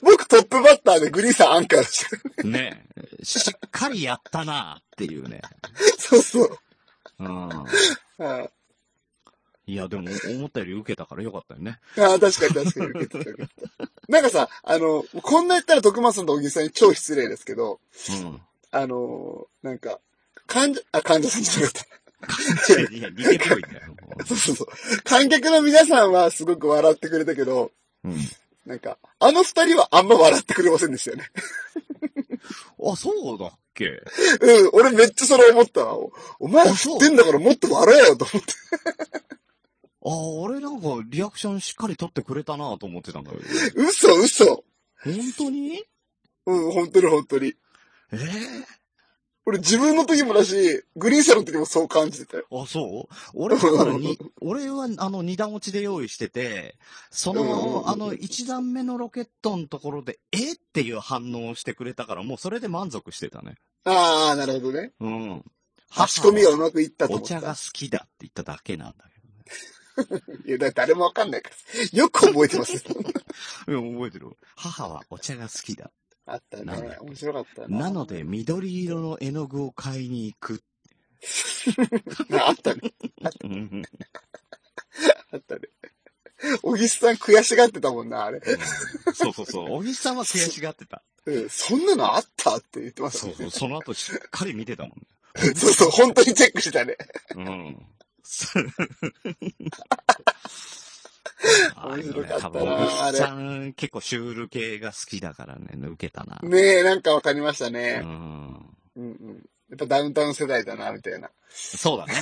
[SPEAKER 4] 僕トップバッターでグリーンさんアンカーでした。
[SPEAKER 3] ね。しっかりやったなっていうね。
[SPEAKER 4] そうそう。
[SPEAKER 3] うん。
[SPEAKER 4] あ
[SPEAKER 3] いや、でも思ったより受けたからよかったよね。
[SPEAKER 4] あー、確かに確かに受けてた受けてた。なんかさ、あの、こんな言ったら徳松さんと小木さんに超失礼ですけど、
[SPEAKER 3] うん。
[SPEAKER 4] あのーなんか、患者、あ、患者さんじゃなかっ
[SPEAKER 3] いや、逃げてこいんだよ。
[SPEAKER 4] た。そうそうそう。観客の皆さんはすごく笑ってくれたけど、
[SPEAKER 3] うん。
[SPEAKER 4] なんか、あの二人はあんま笑ってくれませんでしたよね。
[SPEAKER 3] あ、そうだっけ
[SPEAKER 4] うん、俺めっちゃそれ思ったわ。おお前は振ってんだからもっと笑えよと思って。
[SPEAKER 3] あ、俺なんかリアクションしっかり取ってくれたなと思ってたんだけど。
[SPEAKER 4] 嘘嘘。
[SPEAKER 3] 本当に
[SPEAKER 4] うん、本当に本当に。
[SPEAKER 3] ええ
[SPEAKER 4] 俺自分の時もだし、グリーン車の時もそう感じてたよ。
[SPEAKER 3] あ、そう俺だからに、俺はあの二段落ちで用意してて、そ
[SPEAKER 4] うんうんうん
[SPEAKER 3] の、あの一段目のロケットのところで、えっていう反応をしてくれたから、もうそれで満足してたね。
[SPEAKER 4] ああ、なるほどね。
[SPEAKER 3] うん。
[SPEAKER 4] 仕込みがうまくいったと
[SPEAKER 3] お
[SPEAKER 4] 思った。
[SPEAKER 3] 茶が好きだって言っただけなんだ
[SPEAKER 4] いや、だ誰もわかんないから。よく覚えてます。
[SPEAKER 3] けど。うん、覚えてる。母はお茶が好きだ。
[SPEAKER 4] あった
[SPEAKER 3] なんだ
[SPEAKER 4] ね。 面白かったな。
[SPEAKER 3] なので、緑色の絵の具を買いに行く。
[SPEAKER 4] あったね。
[SPEAKER 3] うん
[SPEAKER 4] あったね。小木さん悔しがってたもんな、あれ。
[SPEAKER 3] そうそうそう。小木さんは悔しがってた。
[SPEAKER 4] うん、そんなのあったって言ってました
[SPEAKER 3] そう
[SPEAKER 4] もん
[SPEAKER 3] そう。
[SPEAKER 4] ね。
[SPEAKER 3] その後しっかり見てたもんね。
[SPEAKER 4] そうそう、本当にチェックしてたね。
[SPEAKER 3] うん。あ
[SPEAKER 4] 面白かったな
[SPEAKER 3] おじさん結構シュール系が好きだからね、受けたな。
[SPEAKER 4] ねえ、なんかわかりました
[SPEAKER 3] う
[SPEAKER 4] ね。
[SPEAKER 3] ん。
[SPEAKER 4] うんうん。やっぱダウンタウン世代だな、みたいな。
[SPEAKER 3] そうだね。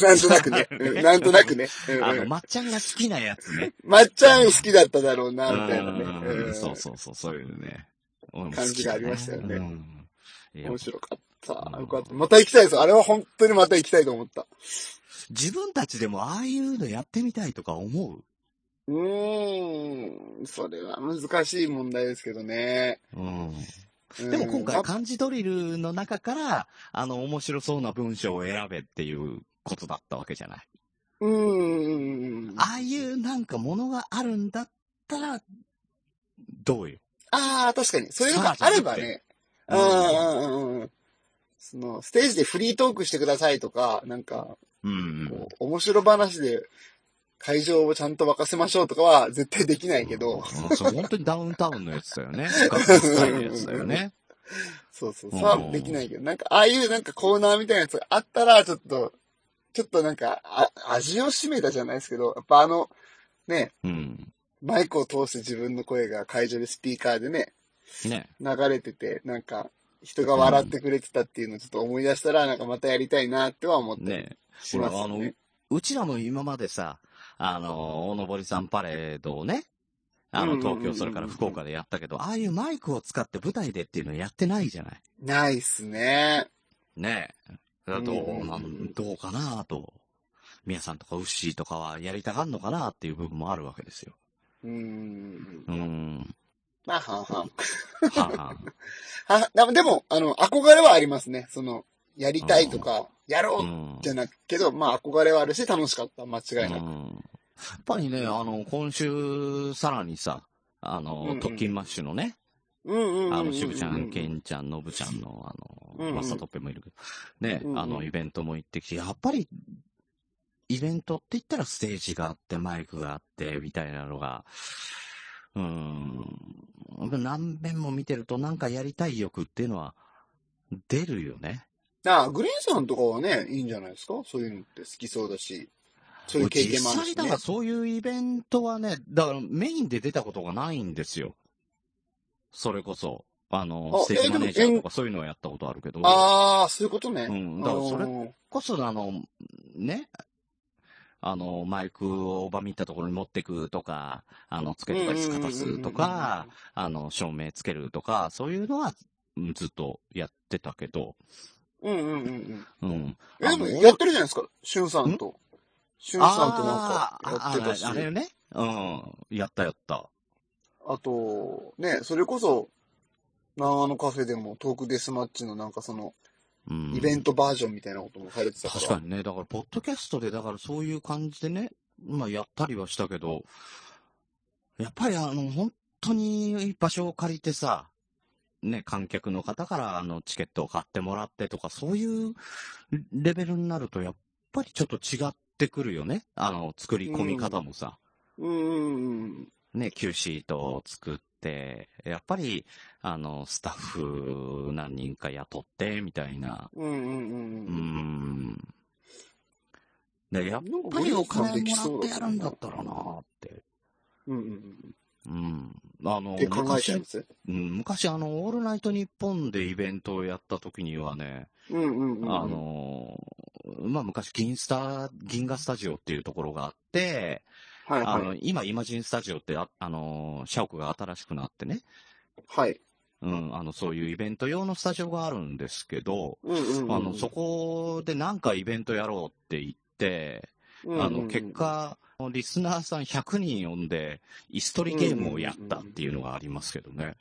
[SPEAKER 4] なんとなくね。うんなんとなくね。うん
[SPEAKER 3] あ
[SPEAKER 4] う
[SPEAKER 3] の、
[SPEAKER 4] ん
[SPEAKER 3] まっちゃんが好きなやつね。
[SPEAKER 4] まっちゃん好きだっただろう な、みたいなね。
[SPEAKER 3] う。
[SPEAKER 4] うんん
[SPEAKER 3] そうそうそう、そういうね。俺も好きだね
[SPEAKER 4] 感じがありましたよね
[SPEAKER 3] うんいや
[SPEAKER 4] 面白かった。
[SPEAKER 3] うん
[SPEAKER 4] よかった。また行きたいです。あれは本当にまた行きたいと思った。
[SPEAKER 3] 自分たちでもああいうのやってみたいとか思う
[SPEAKER 4] うーん。それは難しい問題ですけどね。
[SPEAKER 3] うん。
[SPEAKER 4] うん
[SPEAKER 3] でも今
[SPEAKER 4] ま
[SPEAKER 3] 回漢字ドリルの中から、あの、面白そうな文章を選べっていうことだったわけじゃない。
[SPEAKER 4] うんうんうんうん。あ
[SPEAKER 3] ああいうなんかものがあるんだったら、どうよ。
[SPEAKER 4] あー、確かに。それがあればね。
[SPEAKER 3] う
[SPEAKER 4] うんんうんうんうん。その、ステージでフリートークしてくださいとか、なんか、
[SPEAKER 3] うん
[SPEAKER 4] こう、面白話で会場をちゃんと沸かせましょうとかは絶対できないけど、
[SPEAKER 3] うんそう本当にダウンタウンのやつだよ ね。学生スタイルのやつだよね。
[SPEAKER 4] そうそ
[SPEAKER 3] う
[SPEAKER 4] う、そ
[SPEAKER 3] ん
[SPEAKER 4] れはできないけど、なんか、ああいうなんかコーナーみたいなやつがあったら、ちょっと、ちょっとなんか、あ味を占めたじゃないですけど、やっぱあの、ね、
[SPEAKER 3] うん。
[SPEAKER 4] マイクを通して自分の声が会場でスピーカーでね、
[SPEAKER 3] ね。
[SPEAKER 4] 流れてて、なんか、人が笑ってくれてたっていうのをちょっと思い出したら、なんかまたやりたいなっては思って
[SPEAKER 3] ね。
[SPEAKER 4] します
[SPEAKER 3] ほらあ
[SPEAKER 4] よ
[SPEAKER 3] の
[SPEAKER 4] ね。
[SPEAKER 3] うちらも今までさ、あの、おのぼりさんパレードをね、あ
[SPEAKER 4] う
[SPEAKER 3] の、
[SPEAKER 4] んうんうんうん
[SPEAKER 3] 東京、それから福岡でやったけど、ああいうマイクを使って舞台でっていうのやってないじゃない。
[SPEAKER 4] ないっすね。
[SPEAKER 3] ねえ。だと、
[SPEAKER 4] うん
[SPEAKER 3] まあどうかなと。宮さんとかウッシーとかはやりたがんのかなっていう部分もあるわけですよ。
[SPEAKER 4] うーん。
[SPEAKER 3] うん。
[SPEAKER 4] まあ、はんはん。
[SPEAKER 3] はあは
[SPEAKER 4] はでもでも、あの、憧れはありますね。その、やりたいとか、や
[SPEAKER 3] あ
[SPEAKER 4] ろ
[SPEAKER 3] う。
[SPEAKER 4] うんじゃなくけど、まあ、憧れはあるし、楽しかった。間違いな
[SPEAKER 3] う
[SPEAKER 4] く。
[SPEAKER 3] んやっぱりね、あの、今週、さらにさ、あの、
[SPEAKER 4] うんうん
[SPEAKER 3] 特勤マッシュのね、
[SPEAKER 4] うんうんうんうん。
[SPEAKER 3] あの、しぶちゃん、けんちゃん、のぶちゃんの、あ
[SPEAKER 4] うん
[SPEAKER 3] の、
[SPEAKER 4] うん
[SPEAKER 3] まさとっぺもいるけど、ね
[SPEAKER 4] う、んうん
[SPEAKER 3] あの、イベントも行ってきて、やっぱり、イベントって言ったらステージがあって、マイクがあって、みたいなのが、うーん、何遍も見てると、なんかやりたい欲っていうのは、出るよね。
[SPEAKER 4] ああ、グリーンさんとかはね、いいんじゃないですかそういうのって好きそうだし。そういう経験もある
[SPEAKER 3] 実際
[SPEAKER 4] し、
[SPEAKER 3] だか
[SPEAKER 4] ね
[SPEAKER 3] ら。そういうイベントはね、だからメインで出たことがないんですよ。それこそ。あの、
[SPEAKER 4] あ
[SPEAKER 3] ステージマネージャー
[SPEAKER 4] えでも
[SPEAKER 3] とかそういうのをやったことあるけど。
[SPEAKER 4] ああ、そういうことね。
[SPEAKER 3] うんだからそれ
[SPEAKER 4] うん
[SPEAKER 3] こそ、あの、ね、あの、マイクをバミったところに持ってくとか、あの、付けとかし方するとか、あの、照明つけるとか、そういうのは、うんずっとやってたけど、
[SPEAKER 4] うんうんうんうん。
[SPEAKER 3] うん。
[SPEAKER 4] え、でも
[SPEAKER 3] あの
[SPEAKER 4] やってるじゃないですか。しゅんさんと。しゅんさんと
[SPEAKER 3] あー
[SPEAKER 4] なんかやってたし。
[SPEAKER 3] あああれ
[SPEAKER 4] あ
[SPEAKER 3] よね。うん。やったやった。
[SPEAKER 4] と、ね、それこそ、長野カフェでもトークデスマッチのなんかその、
[SPEAKER 3] うん
[SPEAKER 4] イベントバージョンみたいなこともされてたから。
[SPEAKER 3] 確かにね、だから、ポッドキャストで、だからそういう感じでね、まあ、やったりはしたけど、やっぱり、あの、本当に場所を借りてさ、ね、観客の方から、あの、チケットを買ってもらってとか、そういうレベルになると、やっぱりちょっと違ってくるよね。あの、作り込み方もさ、
[SPEAKER 4] うんうんうん。
[SPEAKER 3] ね、Q シートを作って、やっぱり、あの、スタッフ何人か雇って、みたいな。
[SPEAKER 4] うんうんうん
[SPEAKER 3] う
[SPEAKER 4] うん。
[SPEAKER 3] ん。で、やっ
[SPEAKER 4] なん
[SPEAKER 3] ぱ
[SPEAKER 4] か
[SPEAKER 3] りお
[SPEAKER 4] ゴ
[SPEAKER 3] 金
[SPEAKER 4] リラさ
[SPEAKER 3] もらっ
[SPEAKER 4] んで
[SPEAKER 3] てや
[SPEAKER 4] き
[SPEAKER 3] る
[SPEAKER 4] そうだ
[SPEAKER 3] ん
[SPEAKER 4] な
[SPEAKER 3] だったらなーって。
[SPEAKER 4] うんうんうん。
[SPEAKER 3] うん。あの、
[SPEAKER 4] って考えちゃ
[SPEAKER 3] 昔
[SPEAKER 4] いま、す
[SPEAKER 3] うん昔あの、オールナイトニッポンでイベントをやった時にはね、
[SPEAKER 4] うんうんうん。
[SPEAKER 3] あ、のー、まあ、昔、銀スタ、銀河スタジオっていうところがあって、
[SPEAKER 4] はい
[SPEAKER 3] あ
[SPEAKER 4] は
[SPEAKER 3] の、
[SPEAKER 4] い。
[SPEAKER 3] 今、イマジンスタジオって、あ、あのー、社屋が新しくなってね、
[SPEAKER 4] はい。
[SPEAKER 3] うん、あの、そういうイベント用のスタジオがあるんですけど、
[SPEAKER 4] うんうんうん。
[SPEAKER 3] あの、そこでなんかイベントやろうって言って、
[SPEAKER 4] うんうんうん
[SPEAKER 3] あの、結、果、リスナーさん100人呼んで、椅子取りゲームをやったっていうのがありますけどね。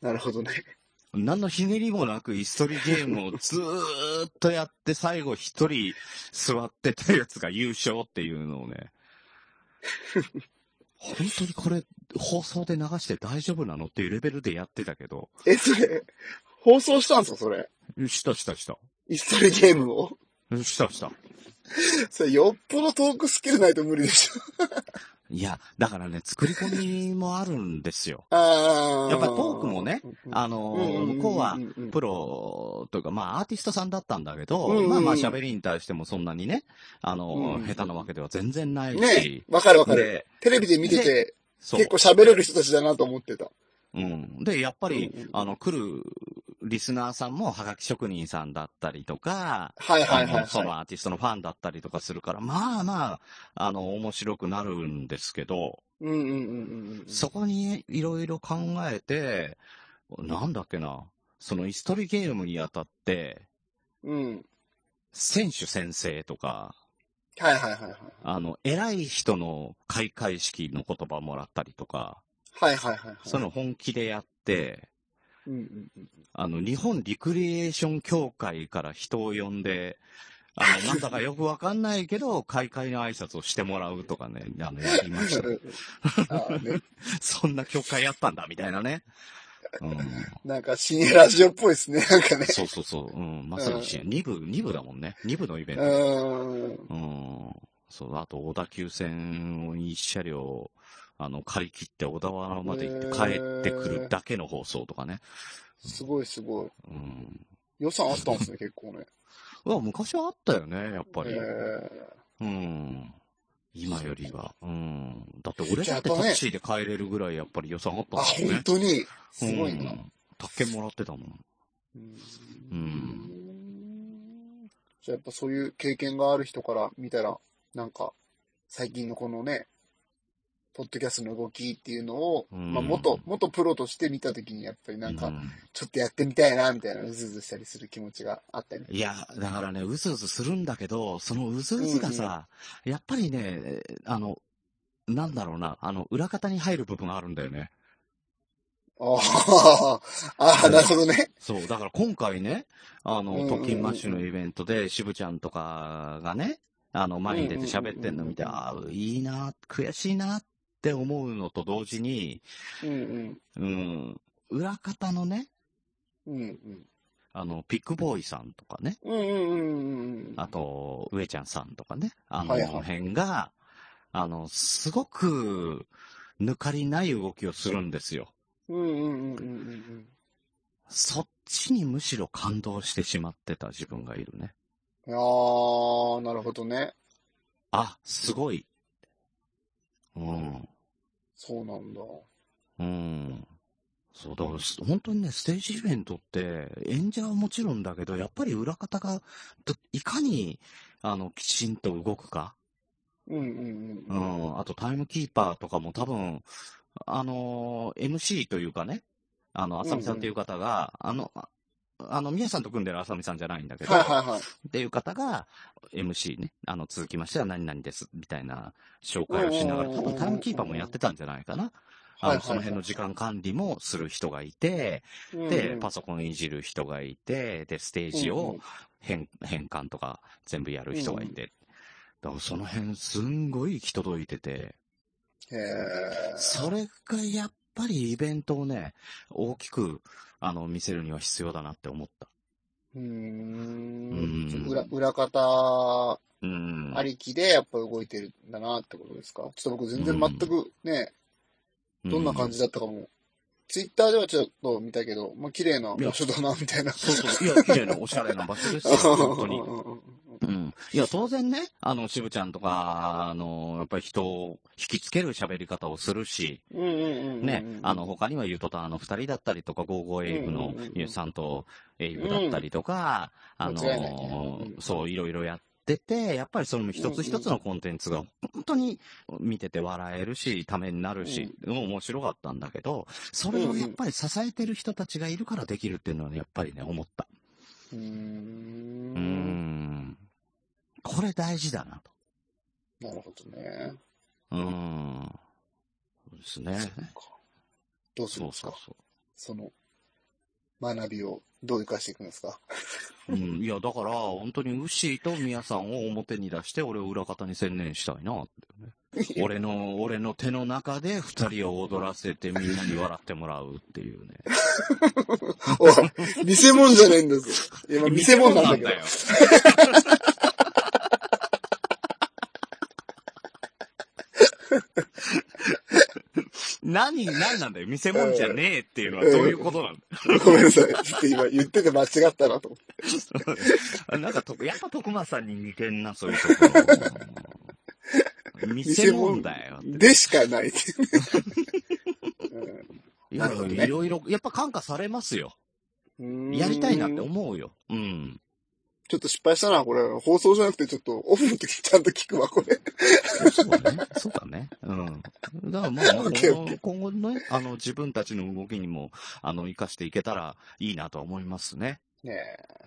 [SPEAKER 4] なるほどね。
[SPEAKER 3] 何のひねりもなく椅子取りゲームをずーっとやって、最後一人座ってたやつが優勝っていうのを ね。本当にこれ、放送で流して大丈夫なのっていうレベルでやってたけど、
[SPEAKER 4] え、それ、放送したんですかそれ。
[SPEAKER 3] したしたした。
[SPEAKER 4] イストリゲームを。
[SPEAKER 3] したした。
[SPEAKER 4] それ、よっぽどトークスキルないと無理でしょ。
[SPEAKER 3] いや、だからね、作り込みもあるんですよ。
[SPEAKER 4] あー
[SPEAKER 3] やっぱりトークもね、あのー、向こうは、プ
[SPEAKER 4] プ
[SPEAKER 3] ロというか、まあ、アーティストさんだったんだけど、
[SPEAKER 4] うんうんうん
[SPEAKER 3] まあまあ、喋りに対してもそんなにね、あの、
[SPEAKER 4] うん
[SPEAKER 3] 下手なわけでは全然ない
[SPEAKER 4] ね
[SPEAKER 3] し、
[SPEAKER 4] わかるわかる。
[SPEAKER 3] で、
[SPEAKER 4] テレビで見てて、
[SPEAKER 3] そう
[SPEAKER 4] 結、構喋れる人たちだなと思ってた。
[SPEAKER 3] うん。で、やっぱり、
[SPEAKER 4] うんうん
[SPEAKER 3] あの、来るリスナーさんも、はがき職人さんだったりとか、
[SPEAKER 4] はいはい
[SPEAKER 3] あ
[SPEAKER 4] はい
[SPEAKER 3] のその
[SPEAKER 4] は
[SPEAKER 3] アーティストのファンだったりとかするから、まあまあ、あの、面白くなるんですけど、
[SPEAKER 4] い。うんうんうんうんうん。
[SPEAKER 3] そこにいろいろ考えて、なんだっけな、その、イストリゲームにあたって、
[SPEAKER 4] うん。
[SPEAKER 3] 選手先生とか、
[SPEAKER 4] はいはいはいはい。
[SPEAKER 3] あの、偉い人の開会式の言葉もらったりとか、
[SPEAKER 4] はいはいはいはい。
[SPEAKER 3] そういうの本気でやって、
[SPEAKER 4] うんうんうん。
[SPEAKER 3] あの、日本リクリエーション協会から人を呼んで、あの、なんだかよくわかんないけど、開会の挨拶をしてもらうとかね、あの、やりま した。
[SPEAKER 4] あーね
[SPEAKER 3] そんな協会やったんだ、みたいなね。うん。
[SPEAKER 4] なんか深夜ラジオっぽいですね、 なんかね。
[SPEAKER 3] そうそうそう。うん。まさにし、2部、2部だもんね。2部のイベン
[SPEAKER 4] う
[SPEAKER 3] ト。
[SPEAKER 4] ーん。
[SPEAKER 3] うん。そう、あと小田急線を一車両、あの、借り切って小田原まで行って
[SPEAKER 4] へ
[SPEAKER 3] 帰
[SPEAKER 4] ー
[SPEAKER 3] ってくるだけの放送とかね。
[SPEAKER 4] すごいすごい。
[SPEAKER 3] うん。
[SPEAKER 4] 予算あったんですね、結構ね。
[SPEAKER 3] うわ、昔はあったよね、やっぱ
[SPEAKER 4] え
[SPEAKER 3] り。うん。今よりは。うん。だって俺だって
[SPEAKER 4] やっ
[SPEAKER 3] タ
[SPEAKER 4] ぱね
[SPEAKER 3] クシーで帰れるぐらいやっぱり予算あっ
[SPEAKER 4] ー、
[SPEAKER 3] た
[SPEAKER 4] あ、
[SPEAKER 3] んだよね
[SPEAKER 4] 本。当に。すごいうな。
[SPEAKER 3] ん。宅建もらってたもん。
[SPEAKER 4] うん
[SPEAKER 3] ん
[SPEAKER 4] じゃあやっぱそういう経験がある人から見たら、なんか、最近のこのね、ポッドキャストの動きっていうのを、
[SPEAKER 3] うん
[SPEAKER 4] まあ元、元プロとして見たときにやっぱりなん
[SPEAKER 3] う
[SPEAKER 4] か、ちょっとやってみたいな、みたいな、うずうずしたりする気持ちがあったり。
[SPEAKER 3] いや、だからね、うずうずするんだけど、そのうずうずがさ、やっぱりね、あの、なんだろうな、あの、裏方に入る部分があるんだよね。
[SPEAKER 4] ああ、ああ、なるほどね。
[SPEAKER 3] そう、だから今回ね、あ
[SPEAKER 4] うんうん
[SPEAKER 3] の、
[SPEAKER 4] うん
[SPEAKER 3] 特勤マッシュのイベントで、渋ちゃんとかがね、あの、前に出て喋ってんの見て、
[SPEAKER 4] うんうん
[SPEAKER 3] ああ、いいな、悔しいなって思うのと同時に、
[SPEAKER 4] うんうん。
[SPEAKER 3] うん、裏方のね、
[SPEAKER 4] うんうん。
[SPEAKER 3] あの、ピックボーイさんとかね、
[SPEAKER 4] うんうんうんうん。
[SPEAKER 3] あと、上ちゃんさんとかね、あの
[SPEAKER 4] はいはい
[SPEAKER 3] 辺が、あの、すごく、抜かりない動きをするんですよ。
[SPEAKER 4] うんうんうんうんうん
[SPEAKER 3] そっちにむしろ感動してしまってた自分がいるね。
[SPEAKER 4] うん。ああ、なるほどね。
[SPEAKER 3] あ、すごい。うん。
[SPEAKER 4] そうなんだ。
[SPEAKER 3] うん。そう、だからす、本当にね、ステージイベントって、演者はもちろんだけど、やっぱり裏方が、どいかに、あの、きちんと動くか。
[SPEAKER 4] うんうん
[SPEAKER 3] う
[SPEAKER 4] うん。
[SPEAKER 3] ん、あとタイムキーパーとかも多分、あのー MC というかね、あの、あさみさんっていう方が、あの、ああの、宮さんと組んでるあさみさんじゃないんだけど、
[SPEAKER 4] はいはいはい。
[SPEAKER 3] っていう方が、MC ね、あの、続きましては何々です、みたいな紹介をしながら、
[SPEAKER 4] うん
[SPEAKER 3] 多分タイムキーパーもやってたんじゃないかな。あの、
[SPEAKER 4] はいはいはい
[SPEAKER 3] その辺の時間管理もする人がいて、
[SPEAKER 4] うん
[SPEAKER 3] で
[SPEAKER 4] う、ん
[SPEAKER 3] パソコンいじる人がいて、で、ステージを変、変換とか全部やる人がいて。だからその辺すんごい行き届いてて、
[SPEAKER 4] うんうんへー
[SPEAKER 3] それがやっぱりイベントをね、大きく、あの、見せるには必要だなって思った。
[SPEAKER 4] うー
[SPEAKER 3] うん
[SPEAKER 4] ん。ちょ裏、裏方
[SPEAKER 3] うん。
[SPEAKER 4] ありきでやっぱ動いてるんだなってことですかちょっと僕全然全くね、どんな感じだったかも。ツイッターではちょっと見たけど、まあ綺麗な場所だな、みたいな。
[SPEAKER 3] そうそう。いや、綺 麗なおしゃれな場所ですよ、本当に。うん。いや、当然ね、あの、渋ちゃんとか、あの、やっぱり人を引きつける喋り方をするし、
[SPEAKER 4] うんうんうんうん。
[SPEAKER 3] ね、あの、、他にはゆとたんあの二人だったりとか、55エイブ
[SPEAKER 4] う
[SPEAKER 3] の
[SPEAKER 4] んうんうん
[SPEAKER 3] ゆうさんとエイブだったりとか、
[SPEAKER 4] うん
[SPEAKER 3] あ
[SPEAKER 4] 間違いないね
[SPEAKER 3] の
[SPEAKER 4] うんう、ん
[SPEAKER 3] そう、いろいろやってて、やっぱりその一つ一つのコンテンツが本当に見てて笑えるし、ためになるし、面白かったんだけど、それをやっぱり支えてる人たちがいるからできるっていうのはねやっぱりね、思った。
[SPEAKER 4] うー
[SPEAKER 3] うー
[SPEAKER 4] ん。
[SPEAKER 3] ん。これ大事だなと。
[SPEAKER 4] なるほどね。
[SPEAKER 3] うーん。そうですね。
[SPEAKER 4] どうするん
[SPEAKER 3] そう
[SPEAKER 4] です
[SPEAKER 3] そう
[SPEAKER 4] か
[SPEAKER 3] そ
[SPEAKER 4] その、学びをどう生かしていくんですか
[SPEAKER 3] う。うん。いや、だから、本当にウッシーとミヤさんを表に出して、俺を裏方に専念したいなって ね。俺の、俺の手の中で二人を踊らせてみんなに笑ってもらうっていうね。
[SPEAKER 4] おい、 偽物じゃねえんだぞ。今、偽物なんだけど。
[SPEAKER 3] よ。何、何なんだよ。見せ物じゃねえっていうのはどういうことなんだよ
[SPEAKER 4] ごめんなさい。ちょっと今言ってて間違ったなと思って。
[SPEAKER 3] なんかと、やっぱ徳間さんに似てんな、そういうところ。見せ物だよ。
[SPEAKER 4] でしかないっていうね
[SPEAKER 3] いや
[SPEAKER 4] なるほど、ね
[SPEAKER 3] いろいろ、やっぱ感化されますよ。
[SPEAKER 4] うん
[SPEAKER 3] やりたいなって
[SPEAKER 4] うーん
[SPEAKER 3] 思うよ。うん。
[SPEAKER 4] ちょっと失敗したな、これ。放送じゃなくて、ちょっとオフの時ちゃんと聞くわ、これ。
[SPEAKER 3] そうだね。そうだね。うん。だからまあ、
[SPEAKER 4] オッケーオッケ
[SPEAKER 3] 今後今後のね、あの、自分たちの動きにも、あの、活かしていけたらいいなとは思いますね。
[SPEAKER 4] ね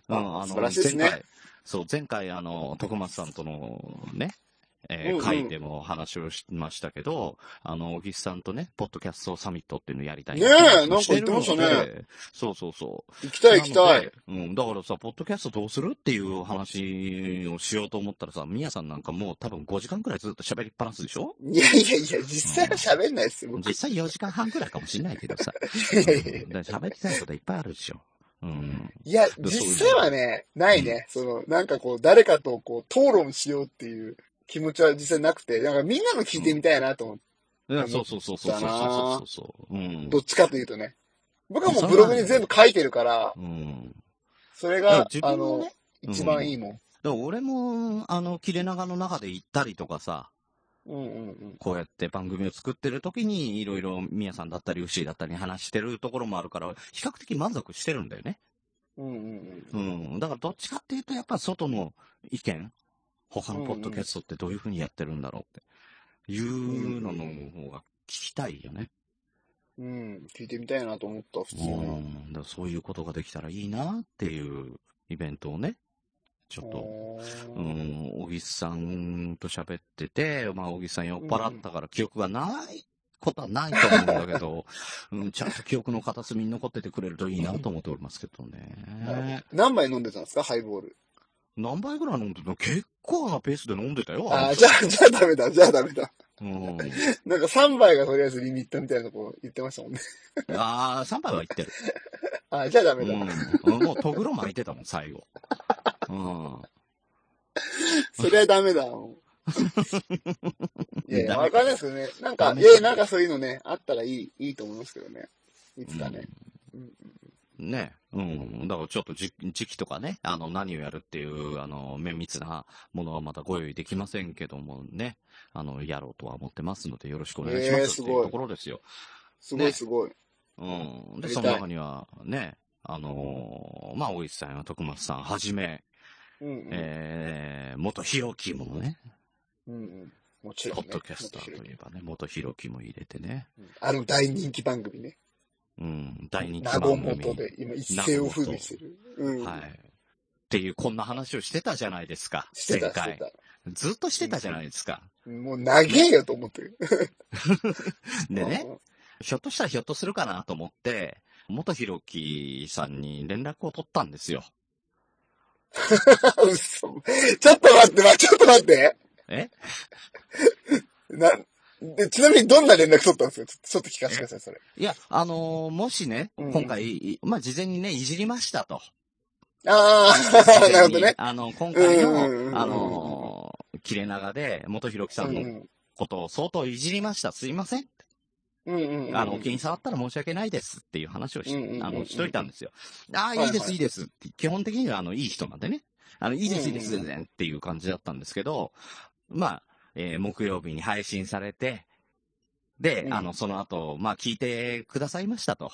[SPEAKER 3] う
[SPEAKER 4] あ
[SPEAKER 3] ん、あ
[SPEAKER 4] 素
[SPEAKER 3] の、
[SPEAKER 4] 晴らしいですね
[SPEAKER 3] 前回、そう、前回、あの、徳松さんとのね、えー
[SPEAKER 4] うんうん
[SPEAKER 3] 会でも話をしましたけど、あの、小木さんとね、ポッドキャストサミットっていうのやりたい
[SPEAKER 4] ねえ
[SPEAKER 3] 話をるので
[SPEAKER 4] なんか言ってました
[SPEAKER 3] そうそうそう。
[SPEAKER 4] 行きたい行きた
[SPEAKER 3] ないの。で。うん、だからさ、ポッドキャストどうするっていう話をしようと思ったらさ、みやさんなんかもう多分5時間くらいずっと喋りっぱなすでしょ
[SPEAKER 4] いやいやいや、実際は喋んないですよ、僕。
[SPEAKER 3] 実際4時間半くらいかもしんないけどさ。
[SPEAKER 4] いやいやいや
[SPEAKER 3] うんだから喋りたいこといっぱいあるでしょ。うん。
[SPEAKER 4] いや、実際はね、ないね。その、なんかこう、誰かとこう、討論しようっていう気持ちは実際なくて、なんかみんなの聞いてみたいなと思って、
[SPEAKER 3] うんそうそうそうそうそうそうそうそう。うん。
[SPEAKER 4] どっちかというとね。僕はもうブログに全部書いてるから、
[SPEAKER 3] うん。
[SPEAKER 4] それ
[SPEAKER 3] だから
[SPEAKER 4] が、
[SPEAKER 3] 自
[SPEAKER 4] あ
[SPEAKER 3] 分も
[SPEAKER 4] の
[SPEAKER 3] ね、、うん
[SPEAKER 4] 一番いいもん。
[SPEAKER 3] だから俺も、あの、切れ長の中で行ったりとかさ、
[SPEAKER 4] うんうんうん。
[SPEAKER 3] こうやって番組を作ってる時に、いろいろ、みやさんだったり、うしーだったりに話してるところもあるから、比較的満足してるんだよね。
[SPEAKER 4] うんうん
[SPEAKER 3] う
[SPEAKER 4] うん。
[SPEAKER 3] ん。だからどっちかっていうと、やっぱ外の意見、他のポッドキャストってどういうふうにやってるんだろうって、いうのの方が聞きたいよね。
[SPEAKER 4] うん、聞いてみたいなと思った、普
[SPEAKER 3] う
[SPEAKER 4] 通に。
[SPEAKER 3] ん。だからそういうことができたらいいなっていうイベントをね、ちょっとう
[SPEAKER 4] うん
[SPEAKER 3] ん、小木さんと喋ってて、まあ、小木さん酔っ払ったから記憶がないことはないと思うんだけど、 うん、ちゃんと記憶の片隅に残っててくれるといいなと思っておりますけどね。
[SPEAKER 4] 何杯飲んでたんですかハイボール。
[SPEAKER 3] 何杯ぐらい飲んでたの結構なペースで飲んでたよ。
[SPEAKER 4] ああ、じゃあ、じゃあダメだ、じゃあダメだ。
[SPEAKER 3] うん、
[SPEAKER 4] なんか3杯がとりあえずリミットみたいなとこ言ってましたもんね。
[SPEAKER 3] ああ、3杯は行って る。
[SPEAKER 4] ああ、じゃあダメだ。
[SPEAKER 3] うん、もうとぐろ巻いてたもん、最後。うん
[SPEAKER 4] それはダメ だ。いやいや、わかんないですけどね。なん
[SPEAKER 3] ダ
[SPEAKER 4] か、
[SPEAKER 3] メ
[SPEAKER 4] い
[SPEAKER 3] だ
[SPEAKER 4] やいや、なんかそういうのね、あったらいい、いいと思いますけどね。いつかね。
[SPEAKER 3] ね。うん。だからちょっとじ時期とかね、あの、何をやるっていう、あの、綿密なものはまだご用意できませんけどもね、あの、やろうとは思ってますので、よろしくお願いしま
[SPEAKER 4] えー
[SPEAKER 3] す
[SPEAKER 4] す
[SPEAKER 3] って
[SPEAKER 4] ごい
[SPEAKER 3] いうところですよ。
[SPEAKER 4] すごいすごい。
[SPEAKER 3] うん。で、
[SPEAKER 4] やり
[SPEAKER 3] そ
[SPEAKER 4] たい
[SPEAKER 3] の中にはね、あのーまあ、大石さんや徳松さんはじめ、
[SPEAKER 4] うんうん。
[SPEAKER 3] えー、元ひろきもね、
[SPEAKER 4] うんうん。もちろん
[SPEAKER 3] ポ
[SPEAKER 4] ね。
[SPEAKER 3] ッドキャスターといえばね、元ひろきも入れてね、
[SPEAKER 4] うんあの大人気番組ね。
[SPEAKER 3] うん、大人気
[SPEAKER 4] 名
[SPEAKER 3] 番
[SPEAKER 4] 護
[SPEAKER 3] 組。
[SPEAKER 4] 元で今一世を風靡してる。うん。
[SPEAKER 3] はい。っていう、こんな話をしてたじゃないですか。
[SPEAKER 4] してた、
[SPEAKER 3] 前
[SPEAKER 4] して
[SPEAKER 3] 回。
[SPEAKER 4] た。
[SPEAKER 3] ずっとしてたじゃないですか。
[SPEAKER 4] もう長えよと思ってる。
[SPEAKER 3] でね、ひょっとしたらひょっとするかなと思って、元弘樹さんに連絡を取ったんですよ。
[SPEAKER 4] 嘘。ちょっと待って、ま、ちょっと待って。
[SPEAKER 3] え
[SPEAKER 4] な、でちなみにどんな連絡取ったんですかちょちょっと聞かせてください、それ。
[SPEAKER 3] いや、あのーもしね、
[SPEAKER 4] うんうん
[SPEAKER 3] 今回、いまあ、事前にね、いじりましたと。
[SPEAKER 4] あ
[SPEAKER 3] 事前
[SPEAKER 4] あ、
[SPEAKER 3] に
[SPEAKER 4] なるほどね。
[SPEAKER 3] あの、今回の、
[SPEAKER 4] うんうんうんうん
[SPEAKER 3] あのー切れ長で、元弘樹さんの
[SPEAKER 4] ん。
[SPEAKER 3] ことを相当いじりました。すいません。
[SPEAKER 4] うんうんうん。
[SPEAKER 3] あの、お気に障ったら申し訳ないですっていう話をし、
[SPEAKER 4] うんうんうんうん
[SPEAKER 3] あの、しといたんですよ。ああ、
[SPEAKER 4] いはい
[SPEAKER 3] いいです、いいですって。基本的には、あの、いい人なんでね。あの、いいです、いいで
[SPEAKER 4] うんう
[SPEAKER 3] す
[SPEAKER 4] ん
[SPEAKER 3] ねっていう感じだったんですけど、まあ、えー木曜日に配信されて、で、
[SPEAKER 4] うん
[SPEAKER 3] あの、その後、まあ、聞いてくださいましたと。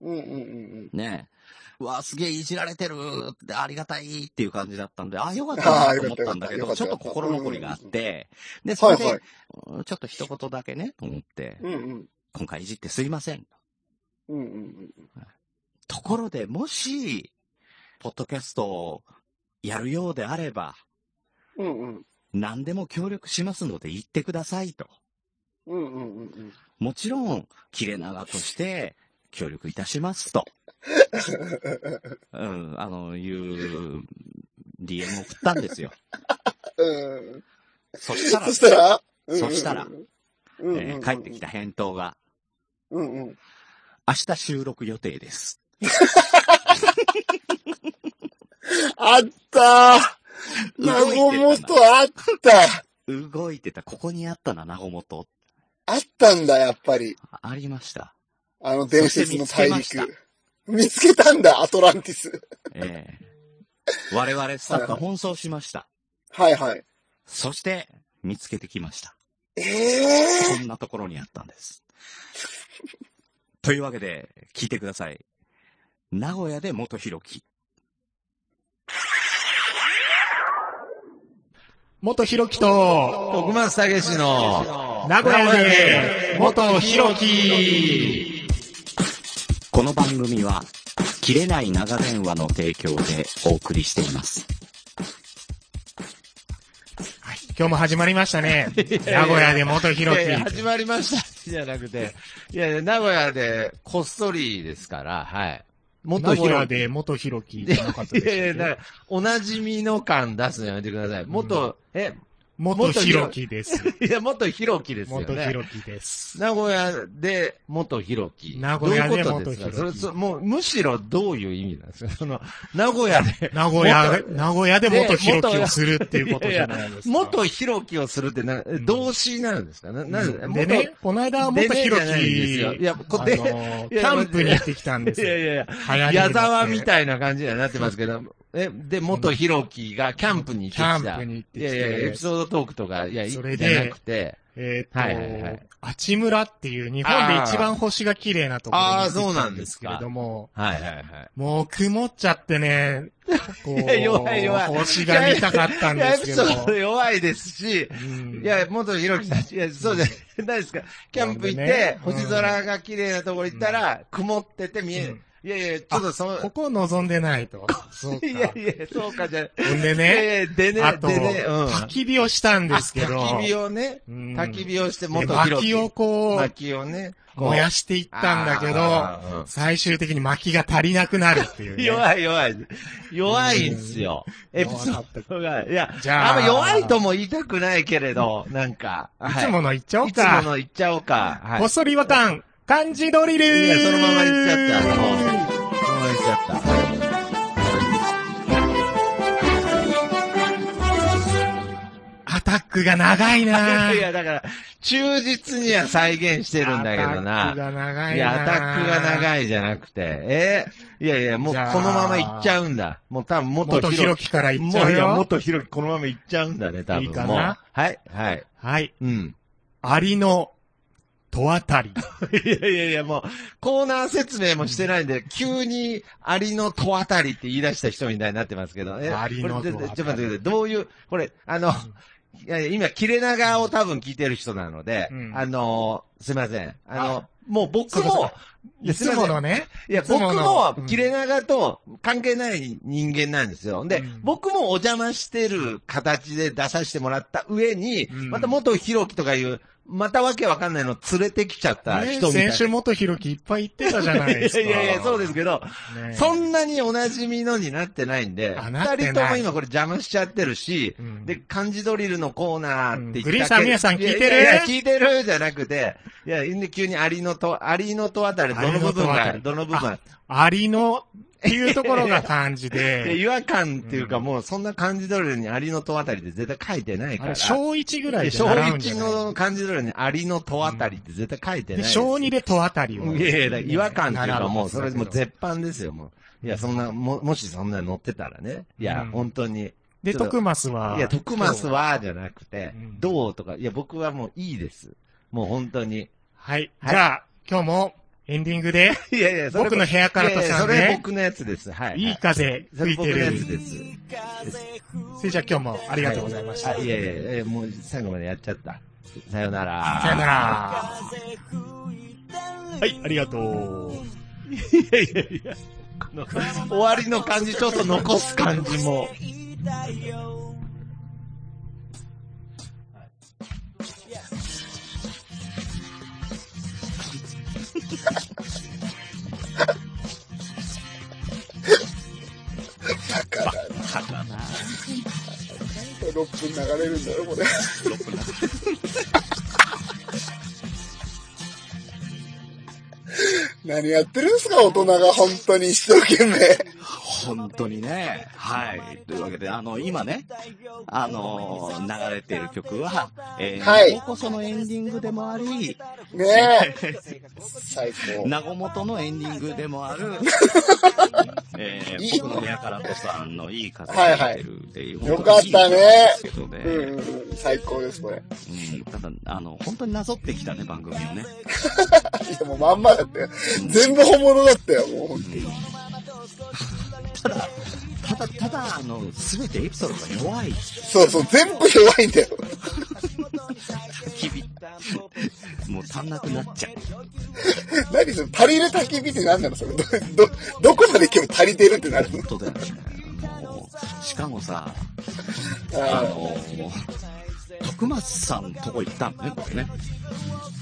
[SPEAKER 4] うんうんうん
[SPEAKER 3] ねえ。うわ、すげえいじられてるってありがたいっていう感じだったんで、ああ、よかったなと思ったんだけ
[SPEAKER 4] ああよ
[SPEAKER 3] ど、
[SPEAKER 4] かった
[SPEAKER 3] ちょ
[SPEAKER 4] よ
[SPEAKER 3] っ
[SPEAKER 4] か
[SPEAKER 3] と
[SPEAKER 4] った
[SPEAKER 3] 心残りがあって、で、
[SPEAKER 4] うん。
[SPEAKER 3] そ
[SPEAKER 4] は
[SPEAKER 3] れ
[SPEAKER 4] いは
[SPEAKER 3] で、。
[SPEAKER 4] い
[SPEAKER 3] ちょっと一言だけね、と思って、
[SPEAKER 4] うんうん。
[SPEAKER 3] 今回いじってすいません。
[SPEAKER 4] うんうんうん。
[SPEAKER 3] ところで、もし、ポッドキャストをやるようであれば、
[SPEAKER 4] うんうん。
[SPEAKER 3] 何でも協力しますので言ってくださいと。
[SPEAKER 4] うんうんうんうん。
[SPEAKER 3] もちろん、切れ長として協力いたしますと。うん、あの、いう、DM を送ったんですよ。
[SPEAKER 4] うん。
[SPEAKER 3] そしたら、
[SPEAKER 4] そしたら
[SPEAKER 3] そしたら、
[SPEAKER 4] うんうんうん
[SPEAKER 3] えー帰ってき。た返答が、
[SPEAKER 4] うんうん。
[SPEAKER 3] 明日収録予定です。
[SPEAKER 4] あったーなごもとあった
[SPEAKER 3] 動いてた、ここにあったな、なごもと。
[SPEAKER 4] あったんだ、やっぱり。
[SPEAKER 3] あありました。
[SPEAKER 4] あの伝説の大
[SPEAKER 3] そして見つけま
[SPEAKER 4] 陸。見つけたんだ、アトランティス。
[SPEAKER 3] ええ我々スタッフが奔走しました。
[SPEAKER 4] はいはい。
[SPEAKER 3] そして、見つけてきました。
[SPEAKER 4] え
[SPEAKER 3] こ
[SPEAKER 4] え
[SPEAKER 3] んなところにあったんです。というわけで、聞いてください。名古屋で元弘樹。
[SPEAKER 5] 元ひろきと、
[SPEAKER 1] 徳松たけしの、
[SPEAKER 5] 名古屋で、元ひろき。
[SPEAKER 3] この番組は、切れない長電話の提供でお送りしています。
[SPEAKER 5] はい、今日も始まりました ね。名古屋で元ひ
[SPEAKER 1] い
[SPEAKER 5] ろき
[SPEAKER 1] やい。や始まりました。じゃなくて、いやいや、名古屋でこっそりですから、はい。
[SPEAKER 5] 名古屋
[SPEAKER 1] で。
[SPEAKER 5] で元ひろきじゃなかったで
[SPEAKER 1] い
[SPEAKER 5] したっ
[SPEAKER 1] やいや、
[SPEAKER 5] け
[SPEAKER 1] だから、おなじみの感出すのやめてください。元、え、
[SPEAKER 5] 元ひろきです。
[SPEAKER 1] いや、元ひろきですよね。
[SPEAKER 5] 元ひろきです。
[SPEAKER 1] 名古屋で元ひろき。
[SPEAKER 5] 名古屋で
[SPEAKER 1] どういうことですか
[SPEAKER 5] 元ひろき
[SPEAKER 1] それそもう、むしろどういう意味なんですかその、名古 屋で、
[SPEAKER 5] 名古屋、
[SPEAKER 1] 元
[SPEAKER 5] 名古屋で元ひろきをするっていうことじゃないですか。
[SPEAKER 1] 元ひろきをするってな、動詞になるんですかな、な、
[SPEAKER 5] うんでね、この間
[SPEAKER 1] 元、
[SPEAKER 5] 元
[SPEAKER 1] でね
[SPEAKER 5] ひ
[SPEAKER 1] じ
[SPEAKER 5] ろ
[SPEAKER 1] ゃないんですよ。い
[SPEAKER 5] き、
[SPEAKER 1] や、
[SPEAKER 5] あ
[SPEAKER 1] こ
[SPEAKER 5] の
[SPEAKER 1] で、
[SPEAKER 5] ー
[SPEAKER 1] いや
[SPEAKER 5] キャンプに行ってきたんです
[SPEAKER 1] いや
[SPEAKER 5] よ。
[SPEAKER 1] いやい
[SPEAKER 5] 流行り
[SPEAKER 1] や、
[SPEAKER 5] に乗
[SPEAKER 1] 矢
[SPEAKER 5] って
[SPEAKER 1] 沢みたいな感じにはなってます けど、え、で、元ひろきがキャンプに行ってきた。
[SPEAKER 5] キャンプに行って
[SPEAKER 1] い
[SPEAKER 5] き
[SPEAKER 1] や
[SPEAKER 5] て
[SPEAKER 1] いや、エピソードトークとか、いや、
[SPEAKER 5] そ
[SPEAKER 1] じゃ
[SPEAKER 5] れで
[SPEAKER 1] なくて。
[SPEAKER 5] えっ、と、
[SPEAKER 1] はいはいはい
[SPEAKER 5] あちむらっていう日本で一番星が綺麗なところに行ってきたんですけれども、
[SPEAKER 1] はいはいはい。
[SPEAKER 5] もう曇っちゃってね、こう、
[SPEAKER 1] いや 弱い弱い
[SPEAKER 5] 星が見たかったん
[SPEAKER 1] い
[SPEAKER 5] で
[SPEAKER 1] や、エ
[SPEAKER 5] す
[SPEAKER 1] ピ
[SPEAKER 5] け
[SPEAKER 1] ソ
[SPEAKER 5] ど、
[SPEAKER 1] ード弱いですし、
[SPEAKER 5] うん
[SPEAKER 1] いや、元ひろきさん、いや、そうじゃないですか。キャンプ行っ
[SPEAKER 5] なんで
[SPEAKER 1] て
[SPEAKER 5] ね、うん
[SPEAKER 1] 星空が綺麗なところ行ったら、曇ってて見え
[SPEAKER 5] うん
[SPEAKER 1] いやいや、ちょっとその
[SPEAKER 5] こ、こを望んでないと。そうか。
[SPEAKER 1] いやいや、そうかじゃない。
[SPEAKER 5] ほんで
[SPEAKER 1] い
[SPEAKER 5] ね、
[SPEAKER 1] やいや、でね、
[SPEAKER 5] あと、
[SPEAKER 1] でね、うん。
[SPEAKER 5] 焚き火をしたんですけど、
[SPEAKER 1] あ焚き火をね、
[SPEAKER 5] うん
[SPEAKER 1] 焚き火をして、
[SPEAKER 5] で
[SPEAKER 1] 元ひろ
[SPEAKER 5] 薪
[SPEAKER 1] き。
[SPEAKER 5] をこう、
[SPEAKER 1] 薪をね、こう
[SPEAKER 5] 燃やしていったんだけ
[SPEAKER 1] あ
[SPEAKER 5] ど、
[SPEAKER 1] ーうん
[SPEAKER 5] 最終的に薪が足りなくなるっていう、ね。
[SPEAKER 1] 弱い弱い。弱いんすよ。
[SPEAKER 5] うん
[SPEAKER 1] エピソードが。いや、
[SPEAKER 5] じゃあ
[SPEAKER 1] あんま弱いとも言いたくないけれど、なんか。
[SPEAKER 5] い
[SPEAKER 1] はい
[SPEAKER 5] つもの言っちゃおう
[SPEAKER 1] いつ
[SPEAKER 5] か。
[SPEAKER 1] もの言っちゃおうか。はい。
[SPEAKER 5] こっそりわかん、漢字ドリル
[SPEAKER 1] いや、そのまま言っちゃった。もうそのまま言っちゃった。
[SPEAKER 5] アタックが長い なぁ。
[SPEAKER 1] いや、だから、忠実には再現してるんだけ
[SPEAKER 5] ア
[SPEAKER 1] ど
[SPEAKER 5] タック
[SPEAKER 1] な。
[SPEAKER 5] が長いなぁ。
[SPEAKER 1] いや、アタックが
[SPEAKER 5] い。
[SPEAKER 1] 長いじゃなくて、えーいやいや、もうこ
[SPEAKER 5] じゃあ
[SPEAKER 1] のまま行っちゃうんだ。もう多分元
[SPEAKER 5] 元
[SPEAKER 1] ひ
[SPEAKER 5] ひ
[SPEAKER 1] ろ
[SPEAKER 5] ろ
[SPEAKER 1] き。
[SPEAKER 5] きから言っち
[SPEAKER 1] も
[SPEAKER 5] ゃ
[SPEAKER 1] う
[SPEAKER 5] う
[SPEAKER 1] いや、
[SPEAKER 5] よ。
[SPEAKER 1] 元ひろきこのまま行っちゃうんだね、多分
[SPEAKER 5] いいかな
[SPEAKER 1] もう。はい、はい。
[SPEAKER 5] はい。
[SPEAKER 1] うん。
[SPEAKER 5] アリの、とあたり。
[SPEAKER 1] いやいやいや、もう、コーナー説明もしてないんで、急に、アリの戸あたりって言い出した人みたいになってますけど、え
[SPEAKER 5] アリの戸あたり
[SPEAKER 1] これちょちょっと待ってください。どういう、これ、あの、いやいや今、切れ長を多分聞いてる人なので、
[SPEAKER 5] うん
[SPEAKER 1] あの、すいません。あの、
[SPEAKER 5] あ
[SPEAKER 1] もう僕
[SPEAKER 5] そうかそう
[SPEAKER 1] も
[SPEAKER 5] か、
[SPEAKER 1] いや
[SPEAKER 5] い
[SPEAKER 1] す
[SPEAKER 5] つ
[SPEAKER 1] いません
[SPEAKER 5] ものね。
[SPEAKER 1] いや、
[SPEAKER 5] いつ
[SPEAKER 1] 僕
[SPEAKER 5] もの
[SPEAKER 1] も
[SPEAKER 5] う、ん
[SPEAKER 1] 切れ長と関係ない人間なんですよ。で、
[SPEAKER 5] うん
[SPEAKER 1] 僕もお邪魔してる形で出させてもらった上に、
[SPEAKER 5] うん
[SPEAKER 1] また元弘樹とかいう、またわけわかんないの連れてきちゃった
[SPEAKER 5] ね
[SPEAKER 1] 人みたいな。
[SPEAKER 5] 先週元弘樹いっぱい言ってたじゃないですか。
[SPEAKER 1] いやいやいや、そうですけど、
[SPEAKER 5] ね
[SPEAKER 1] そんなにお馴染みのになってないんで、
[SPEAKER 5] あな
[SPEAKER 1] 二
[SPEAKER 5] ってない
[SPEAKER 1] 人とも今これ邪魔しちゃってるし、
[SPEAKER 5] うん
[SPEAKER 1] で、漢字ドリルのコーナーって言った
[SPEAKER 5] うんグリーンさん
[SPEAKER 1] け
[SPEAKER 5] 皆さん聞いてる
[SPEAKER 1] ややいや聞いてるじゃなくて、いや、で急にアリのと、アリのとあたりどの部分
[SPEAKER 5] ア
[SPEAKER 1] が、
[SPEAKER 5] リの塔あたり
[SPEAKER 1] どの部分
[SPEAKER 5] ありのっていうところが感じ
[SPEAKER 1] で
[SPEAKER 5] で、
[SPEAKER 1] 違和感っていうか、
[SPEAKER 5] うん
[SPEAKER 1] もうそんな漢字ドリルにアリの塔あたりで絶対書いてない
[SPEAKER 5] あ
[SPEAKER 1] か
[SPEAKER 5] れ
[SPEAKER 1] ら。
[SPEAKER 5] 小1ぐらいで
[SPEAKER 1] 小
[SPEAKER 5] 習うんじゃ
[SPEAKER 1] 一
[SPEAKER 5] ない
[SPEAKER 1] の漢字ドリルにアリの塔あたりって絶対書いて
[SPEAKER 5] で
[SPEAKER 1] ないです
[SPEAKER 5] 小2で戸あたりを。
[SPEAKER 1] いやいやだから違和感っていうかもう、それもう
[SPEAKER 5] 全
[SPEAKER 1] 絶版ですよ、もう。いや、そんな、も、もしそんな乗ってたらね。いや、
[SPEAKER 5] うん
[SPEAKER 1] 本当に。
[SPEAKER 5] で、
[SPEAKER 1] ちょっと
[SPEAKER 5] 徳スは。
[SPEAKER 1] いや、徳スは、じゃなくて
[SPEAKER 5] うん、
[SPEAKER 1] どうとか、いや、僕はもういいです。もう本当に。
[SPEAKER 5] はい。じゃあ、今日もエンディングで、
[SPEAKER 1] いやいや、それ
[SPEAKER 5] 僕の部屋からと
[SPEAKER 1] いやいや
[SPEAKER 5] さ
[SPEAKER 1] そ
[SPEAKER 5] ん
[SPEAKER 1] れ
[SPEAKER 5] ね、
[SPEAKER 1] 僕のやつです。はい。はい
[SPEAKER 5] いい風
[SPEAKER 1] そ
[SPEAKER 5] 吹
[SPEAKER 1] れ
[SPEAKER 5] いて
[SPEAKER 1] 僕のやつ
[SPEAKER 5] る。
[SPEAKER 1] です。
[SPEAKER 5] それじゃあ今日もありがとうございました。
[SPEAKER 1] あいやいやいや、もう最後までやっちゃった。さよなら。
[SPEAKER 5] さよなら。
[SPEAKER 6] はい、ありがとう。
[SPEAKER 1] いやいやいや。この終わりの感じ、ちょっと残す感じも。
[SPEAKER 4] 6分流れるんだろ、これ。何やってるんですか、大人が本当に一生懸命。
[SPEAKER 3] 本当にね。はい。というわけで、あの、今ね、あの流れている曲は、えー、
[SPEAKER 4] はい
[SPEAKER 3] こそのエンディングでもあり、
[SPEAKER 4] ね え。最高。
[SPEAKER 3] なごもとのエンディングでもあ る、え
[SPEAKER 4] いい
[SPEAKER 3] ー、僕の部屋からとさんのいい風
[SPEAKER 4] はい
[SPEAKER 3] が
[SPEAKER 4] はい
[SPEAKER 3] 出てるっていう。
[SPEAKER 4] よかった
[SPEAKER 3] 本当
[SPEAKER 4] ね
[SPEAKER 3] にいい曲ですけどね
[SPEAKER 4] うんうんうん、最高です、これ。
[SPEAKER 3] うん、ただ、あの、本当になぞってきたね、番組をね。
[SPEAKER 4] いや、もうまんまだったよ。全部本物だったよ、もう本当に。
[SPEAKER 3] ただ、ただ、ただ、あの、すべてエピソードが弱い。
[SPEAKER 4] そうそう、全部弱いんだよ。
[SPEAKER 3] 日々、もう足んなくなっちゃう。
[SPEAKER 4] 何それ、足りる焚き火って何なのそれ。ど、ど、どこまで今日足りてるってなるの
[SPEAKER 3] 本当だよね。もう、しかもさ、あ
[SPEAKER 4] あ
[SPEAKER 3] の、徳松さんのとこ行ったんね、これね。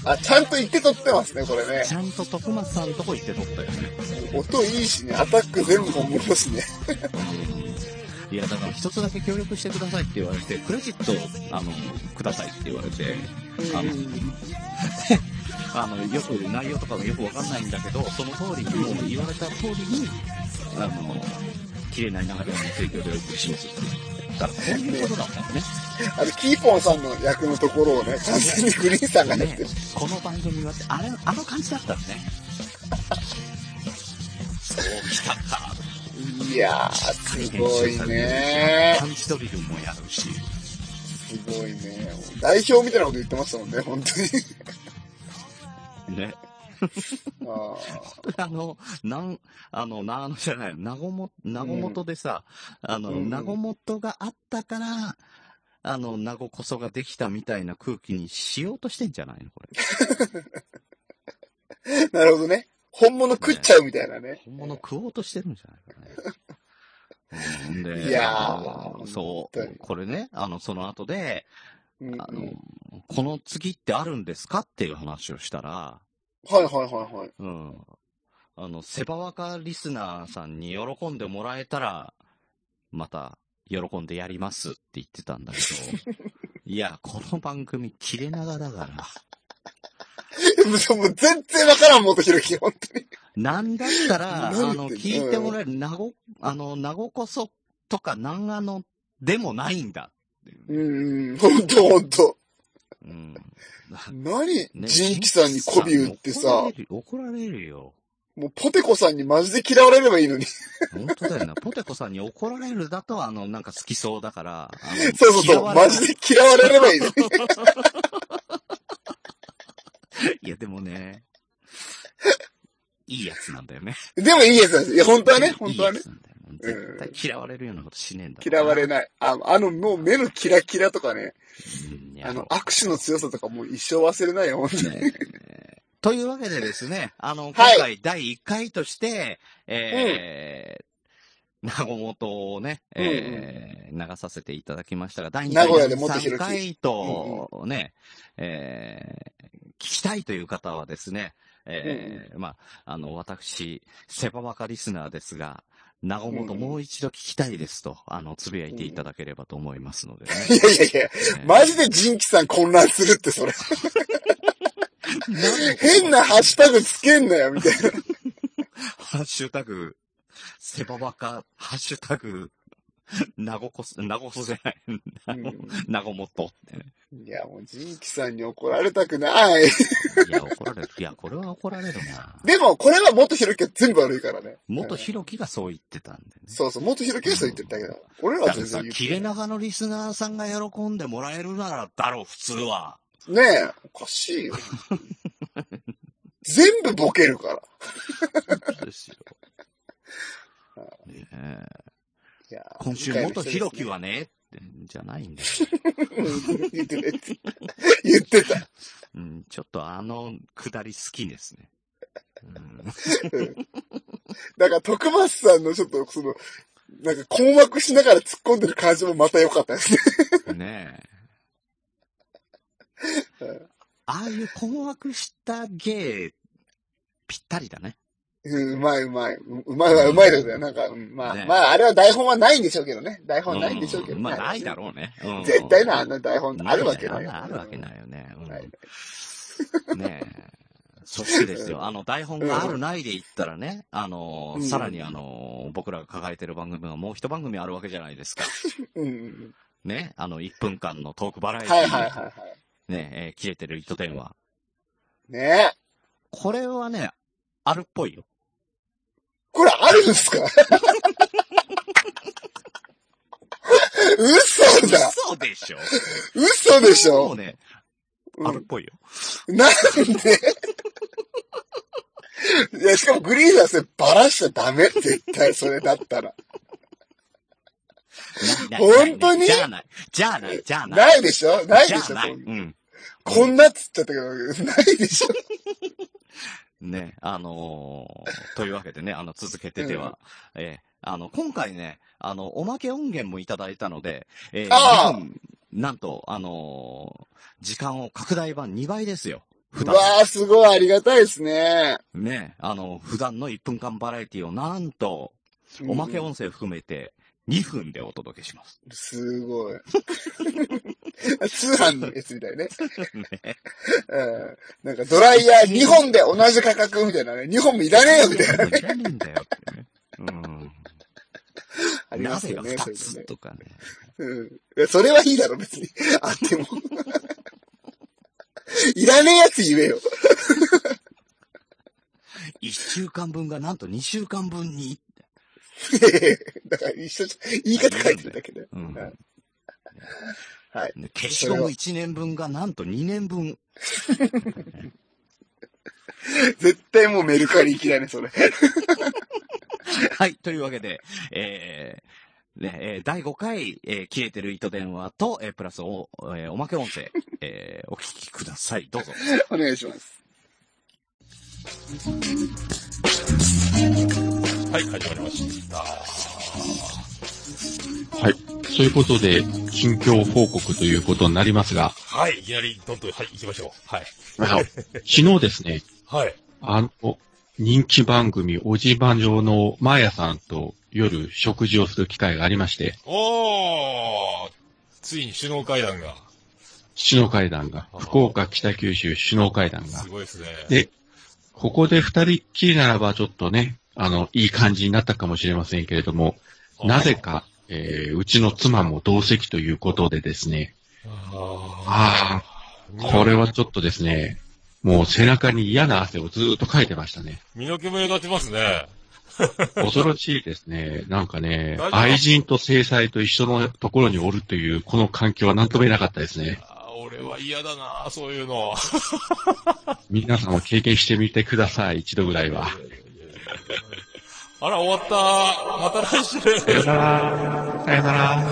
[SPEAKER 4] ーあ、ちゃんと言って撮ってますね、これね。
[SPEAKER 3] ちゃんと徳松さんのとこ行って撮ったよね。
[SPEAKER 4] 音いいしね、アタック全部本物だしね。
[SPEAKER 3] いや、だから一つだけ協力してくださいって言われて、クレジット、あの、くださいって言われて、あの、あの、 よく、内容とかもよくわかんないんだけど、その通りに、もう言われた通りに、あの、切れない流れの提供でお送りしますって。だから、こういうことだったんね。
[SPEAKER 4] あの、キーポンさんの役のところをね、完全にグリーンさんがやって
[SPEAKER 3] ね
[SPEAKER 4] る。、
[SPEAKER 3] この番組はって、あれ、あの感じだったんね。そうきたか。
[SPEAKER 4] いやー、すごいね
[SPEAKER 3] 感じドリルもやるし。
[SPEAKER 4] すごいね代表みたいなこと言ってましたもんね、本当に。
[SPEAKER 3] ね。
[SPEAKER 4] あ
[SPEAKER 3] あの、なん、あの、な、あの、じゃない、なごも、なごもとでさ、あの、
[SPEAKER 4] うん
[SPEAKER 3] なごもとがあったから、あの、なごこそができたみたいな空気にしようとしてんじゃないのこれ。
[SPEAKER 4] ー なるほどね。本物食っちゃうみたいなね。
[SPEAKER 3] 本物食おうとしてるんじゃないかね。うんで
[SPEAKER 4] いやー
[SPEAKER 3] あのそ
[SPEAKER 4] 本当
[SPEAKER 3] う
[SPEAKER 4] に、
[SPEAKER 3] これね、あの、その後で、
[SPEAKER 4] うんうん
[SPEAKER 3] あの、この次ってあるんですかっていう話をしたら、
[SPEAKER 4] はいはいはいはい。
[SPEAKER 3] うん。あの、セバワカリスナーさんに喜んでもらえたら、また、喜んでやりますって言ってたんだけど、いや、この番組切れ長だから、
[SPEAKER 4] もう全然わからん、元弘樹、本当に。
[SPEAKER 3] なんだったら、あ
[SPEAKER 4] 何言ってんの
[SPEAKER 3] の、聞いてもらえる、なご、あの、なごこそとか、なんあの、でもないんだ。
[SPEAKER 4] うんうん、本当本当
[SPEAKER 3] うん。
[SPEAKER 4] 何、
[SPEAKER 3] ね
[SPEAKER 4] ジンキさんに媚び売ってさ
[SPEAKER 3] 怒られ、る怒られるよ。
[SPEAKER 4] もうポテコさんにマジで嫌われればいい のに。
[SPEAKER 3] 本当だよな。ポテコさんに怒られるだと、あの、なんか好きそうだから。あの
[SPEAKER 4] そうそうそう、マジ。
[SPEAKER 3] 嫌われ
[SPEAKER 4] で嫌われればいいのに。
[SPEAKER 3] ないいや、でもね、いいやつなんだよね。
[SPEAKER 4] でもいいやつなんですよ。いや、本当はね、本当はね
[SPEAKER 3] いいや。つなんだよね絶対嫌われるようなことしねえんだから
[SPEAKER 4] 嫌われない。ああの、もう目のキラキラとかね、
[SPEAKER 3] うんや
[SPEAKER 4] あの、
[SPEAKER 3] ろ
[SPEAKER 4] 握手の強さとかもう一生忘れないよ、本当
[SPEAKER 3] う
[SPEAKER 4] に。
[SPEAKER 3] ねというわけでですね、あの、今
[SPEAKER 4] はい
[SPEAKER 3] 回第1回として、えー、名古本をね、えー流させていただきましたが、第2回、
[SPEAKER 4] 名古屋でもっと
[SPEAKER 3] 第3
[SPEAKER 4] 広く
[SPEAKER 3] 回と、ね、えー、聞きたいという方はですね、えーまあ、あの、私、セババカリスナーですが、名古本もう一度聞きたいですと、あの、つぶやいていただければと思います のでね。
[SPEAKER 4] いやいやいや、
[SPEAKER 3] えー
[SPEAKER 4] マジでジンキさん混乱するって、それ。
[SPEAKER 3] なんで
[SPEAKER 4] 変なハッシュタグつけんなよ、みたいな。
[SPEAKER 3] ハッシュタグ、セババカ、ハッシュタグ、なごこす、なごこすじゃない、
[SPEAKER 4] う
[SPEAKER 3] なごもっとってね。
[SPEAKER 4] いや、もうジンキさんに怒られたくない。
[SPEAKER 3] いや、怒られる。いや、これは怒られるな。
[SPEAKER 4] でも、これは元ひろきは全部悪いからね。
[SPEAKER 3] 元ひろきがそう言ってたんでね。
[SPEAKER 4] そうそう、元ひろきはそう言ってるだけだ。俺ら
[SPEAKER 3] だ
[SPEAKER 4] は
[SPEAKER 3] か
[SPEAKER 4] 全
[SPEAKER 3] ら
[SPEAKER 4] 然
[SPEAKER 3] さ、
[SPEAKER 4] 言っ
[SPEAKER 3] 切
[SPEAKER 4] て
[SPEAKER 3] れ長のリスナーさんが喜んでもらえるならだろう、普通は。
[SPEAKER 4] ない。ねえ、おかしいよ。全部ボケるから。
[SPEAKER 3] そうですよ。ねえ
[SPEAKER 4] いやー
[SPEAKER 3] 今週、元ひろき。はね、ってじゃないんだよ。
[SPEAKER 4] うん言ってた言ってた。
[SPEAKER 3] うん、ちょっとあの、くだり好きですね。うん
[SPEAKER 4] うんだから、徳松さんのちょっと、その、なんか困惑しながら突っ込んでる感じもまた良かったですね。
[SPEAKER 3] ね
[SPEAKER 4] う
[SPEAKER 3] え。ああいう困惑した芸、ぴったりだね。
[SPEAKER 4] うんうまい、うまい。ううまいはうまいですよ。なんか、うんまあ、
[SPEAKER 3] ね
[SPEAKER 4] まあ、あれは台本はないんでしょうけどね。台本はないんでしょうけど、
[SPEAKER 3] んまあ、ないだろうね。うん
[SPEAKER 4] 絶対な、あんな台本
[SPEAKER 3] ない
[SPEAKER 4] あるわけない
[SPEAKER 3] よ
[SPEAKER 4] よ。
[SPEAKER 3] あるわけないよね。うん
[SPEAKER 4] ない
[SPEAKER 3] ねえ。そしてです
[SPEAKER 4] う
[SPEAKER 3] よ、あの、台本があるないで言ったらね、あの
[SPEAKER 4] う、ん
[SPEAKER 3] さらにあの、僕らが抱えてる番組がもう一番組あるわけじゃないですか。
[SPEAKER 4] うんうん
[SPEAKER 3] ね、あの、1分間のトークバラエ
[SPEAKER 4] うん。
[SPEAKER 3] テ
[SPEAKER 4] は
[SPEAKER 3] ィ
[SPEAKER 4] いはいはい
[SPEAKER 3] ー、
[SPEAKER 4] は
[SPEAKER 3] ねえ、えー切れてる糸電話。
[SPEAKER 4] い。ねえ。
[SPEAKER 3] これはね、あるっぽいよ。
[SPEAKER 4] これあるんですか 嘘だ
[SPEAKER 3] 嘘でしょ
[SPEAKER 4] 嘘でし
[SPEAKER 3] もう
[SPEAKER 4] ょ、
[SPEAKER 3] ね、
[SPEAKER 4] うん
[SPEAKER 3] あるっぽいよ。
[SPEAKER 4] なんで いや、しかもグリーンはそれバラしちゃダメ絶対それだったら。
[SPEAKER 3] な
[SPEAKER 4] 本当に
[SPEAKER 3] じゃあない。じゃあない。じゃあない。
[SPEAKER 4] ないでしょないでし
[SPEAKER 3] じゃ
[SPEAKER 4] ょ
[SPEAKER 3] あない。
[SPEAKER 4] こん
[SPEAKER 3] うん。
[SPEAKER 4] こんなっつっちゃったけど、ないでしょ
[SPEAKER 3] ね、あのーというわけでね、あの、続けてでは、えーあの、今回ね、あの、おまけ音源もいただいたので、えー
[SPEAKER 4] ああ
[SPEAKER 3] 2分なんと、あのー時間を拡大版2倍ですよ。普
[SPEAKER 4] う
[SPEAKER 3] 段。
[SPEAKER 4] わあ、すごいありがたいですね。
[SPEAKER 3] ね、あの、普段の1分間バラエティをなんと、おまけ
[SPEAKER 4] うん
[SPEAKER 3] 音声含めて2分でお届けし ます。
[SPEAKER 4] すごい。通販のやつみたいね。
[SPEAKER 3] ね
[SPEAKER 4] うん。なんかドライヤー2本で同じ価格みたいなね。2本もいらねえよみたいな。
[SPEAKER 3] いらねえんだよってね。うん。
[SPEAKER 4] ありますよね、
[SPEAKER 3] なぜ
[SPEAKER 4] そ
[SPEAKER 3] が
[SPEAKER 4] れ
[SPEAKER 3] 二つ
[SPEAKER 4] ね。
[SPEAKER 3] とかね。
[SPEAKER 4] うん。いや、それはいいだろ、別に。あっても。いらねえやつ言えよ。
[SPEAKER 3] 一週間分がなんと二週間分に。
[SPEAKER 4] だから一緒じゃ、言い方書いてるだけで。
[SPEAKER 3] うん。
[SPEAKER 4] はいはい。
[SPEAKER 3] ね結晶一年分がなんと二年分。
[SPEAKER 4] 絶対もうメルカリ行きだね、それ。
[SPEAKER 3] はい。というわけで、えー、ね、えー第5回、えー切れてる糸電話と、えープラスお、えーおまけ音声、えーお聞きください。どうぞ。
[SPEAKER 4] お願いします。
[SPEAKER 6] はい、始まりました。はい。
[SPEAKER 7] ということで、近況報告ということになりますが、
[SPEAKER 6] はい、いきなり、どんどん、はい、行きましょう。はい。
[SPEAKER 7] あの昨日ですね、
[SPEAKER 6] はい。
[SPEAKER 7] あの、人気番組、おじいばんじょうのマーヤさんと夜食事をする機会がありまして、
[SPEAKER 6] おーついに首脳会談が。
[SPEAKER 7] 首脳会談が、
[SPEAKER 6] あ
[SPEAKER 7] 福岡北九州首脳会談が
[SPEAKER 6] す、ごいですね。
[SPEAKER 7] でここで二人っきりならばちょっとね、あの、いい感じになったかもしれませんけれども、なぜか、えー、うちの妻も同席ということでですね、
[SPEAKER 6] あー
[SPEAKER 7] これはちょっとですね、もう背中に嫌な汗をずーっとかいてましたね。
[SPEAKER 6] 身の毛もよだってますね。
[SPEAKER 7] 恐ろしいですね。なんかね
[SPEAKER 6] 大丈、夫
[SPEAKER 7] 愛人と制裁と一緒のところにおるという、この環境は何とも言えなかったですね。
[SPEAKER 6] あー俺は嫌だな、そういうの。
[SPEAKER 7] 皆さんも経験してみてください、一度ぐらいは。
[SPEAKER 6] あら、終わった。また来週。
[SPEAKER 7] さよなら。さよなら。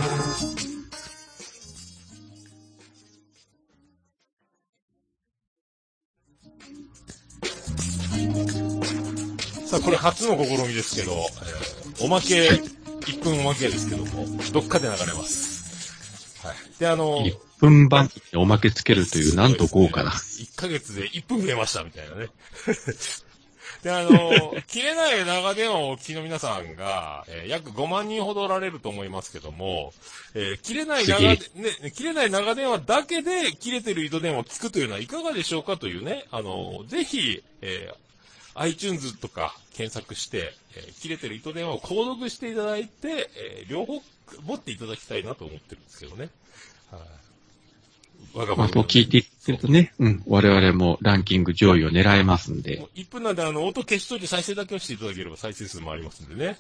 [SPEAKER 6] さあ、これ初の試みですけど、えーおまけ、1分おまけですけども、どっかで流れます。はい。で、あの、
[SPEAKER 7] 1分番組におまけつけるという、なんと豪華な。
[SPEAKER 6] 1ヶ月で1分増えました、みたいなね。で、あ の、切れない長電話をお聞きの皆さんが、えー約5万人ほどおられると思いますけども、えー切れない長、
[SPEAKER 7] 次
[SPEAKER 6] ね、切れない長電話だけで切れてる糸電話を聞くというのはいかがでしょうかというね、あの、ぜひ、えー iTunes とか検索して、えー切れてる糸電話を購読していただいて、えー両方持っていただきたいなと思ってるんですけどね。はい。我が
[SPEAKER 7] まあ、そう聞いていってるとね、うん、我々もランキング上位を狙えますんで
[SPEAKER 6] も、う1分なんで、あの、音消しといて再生だけをしていただければ再生数もありますんでね。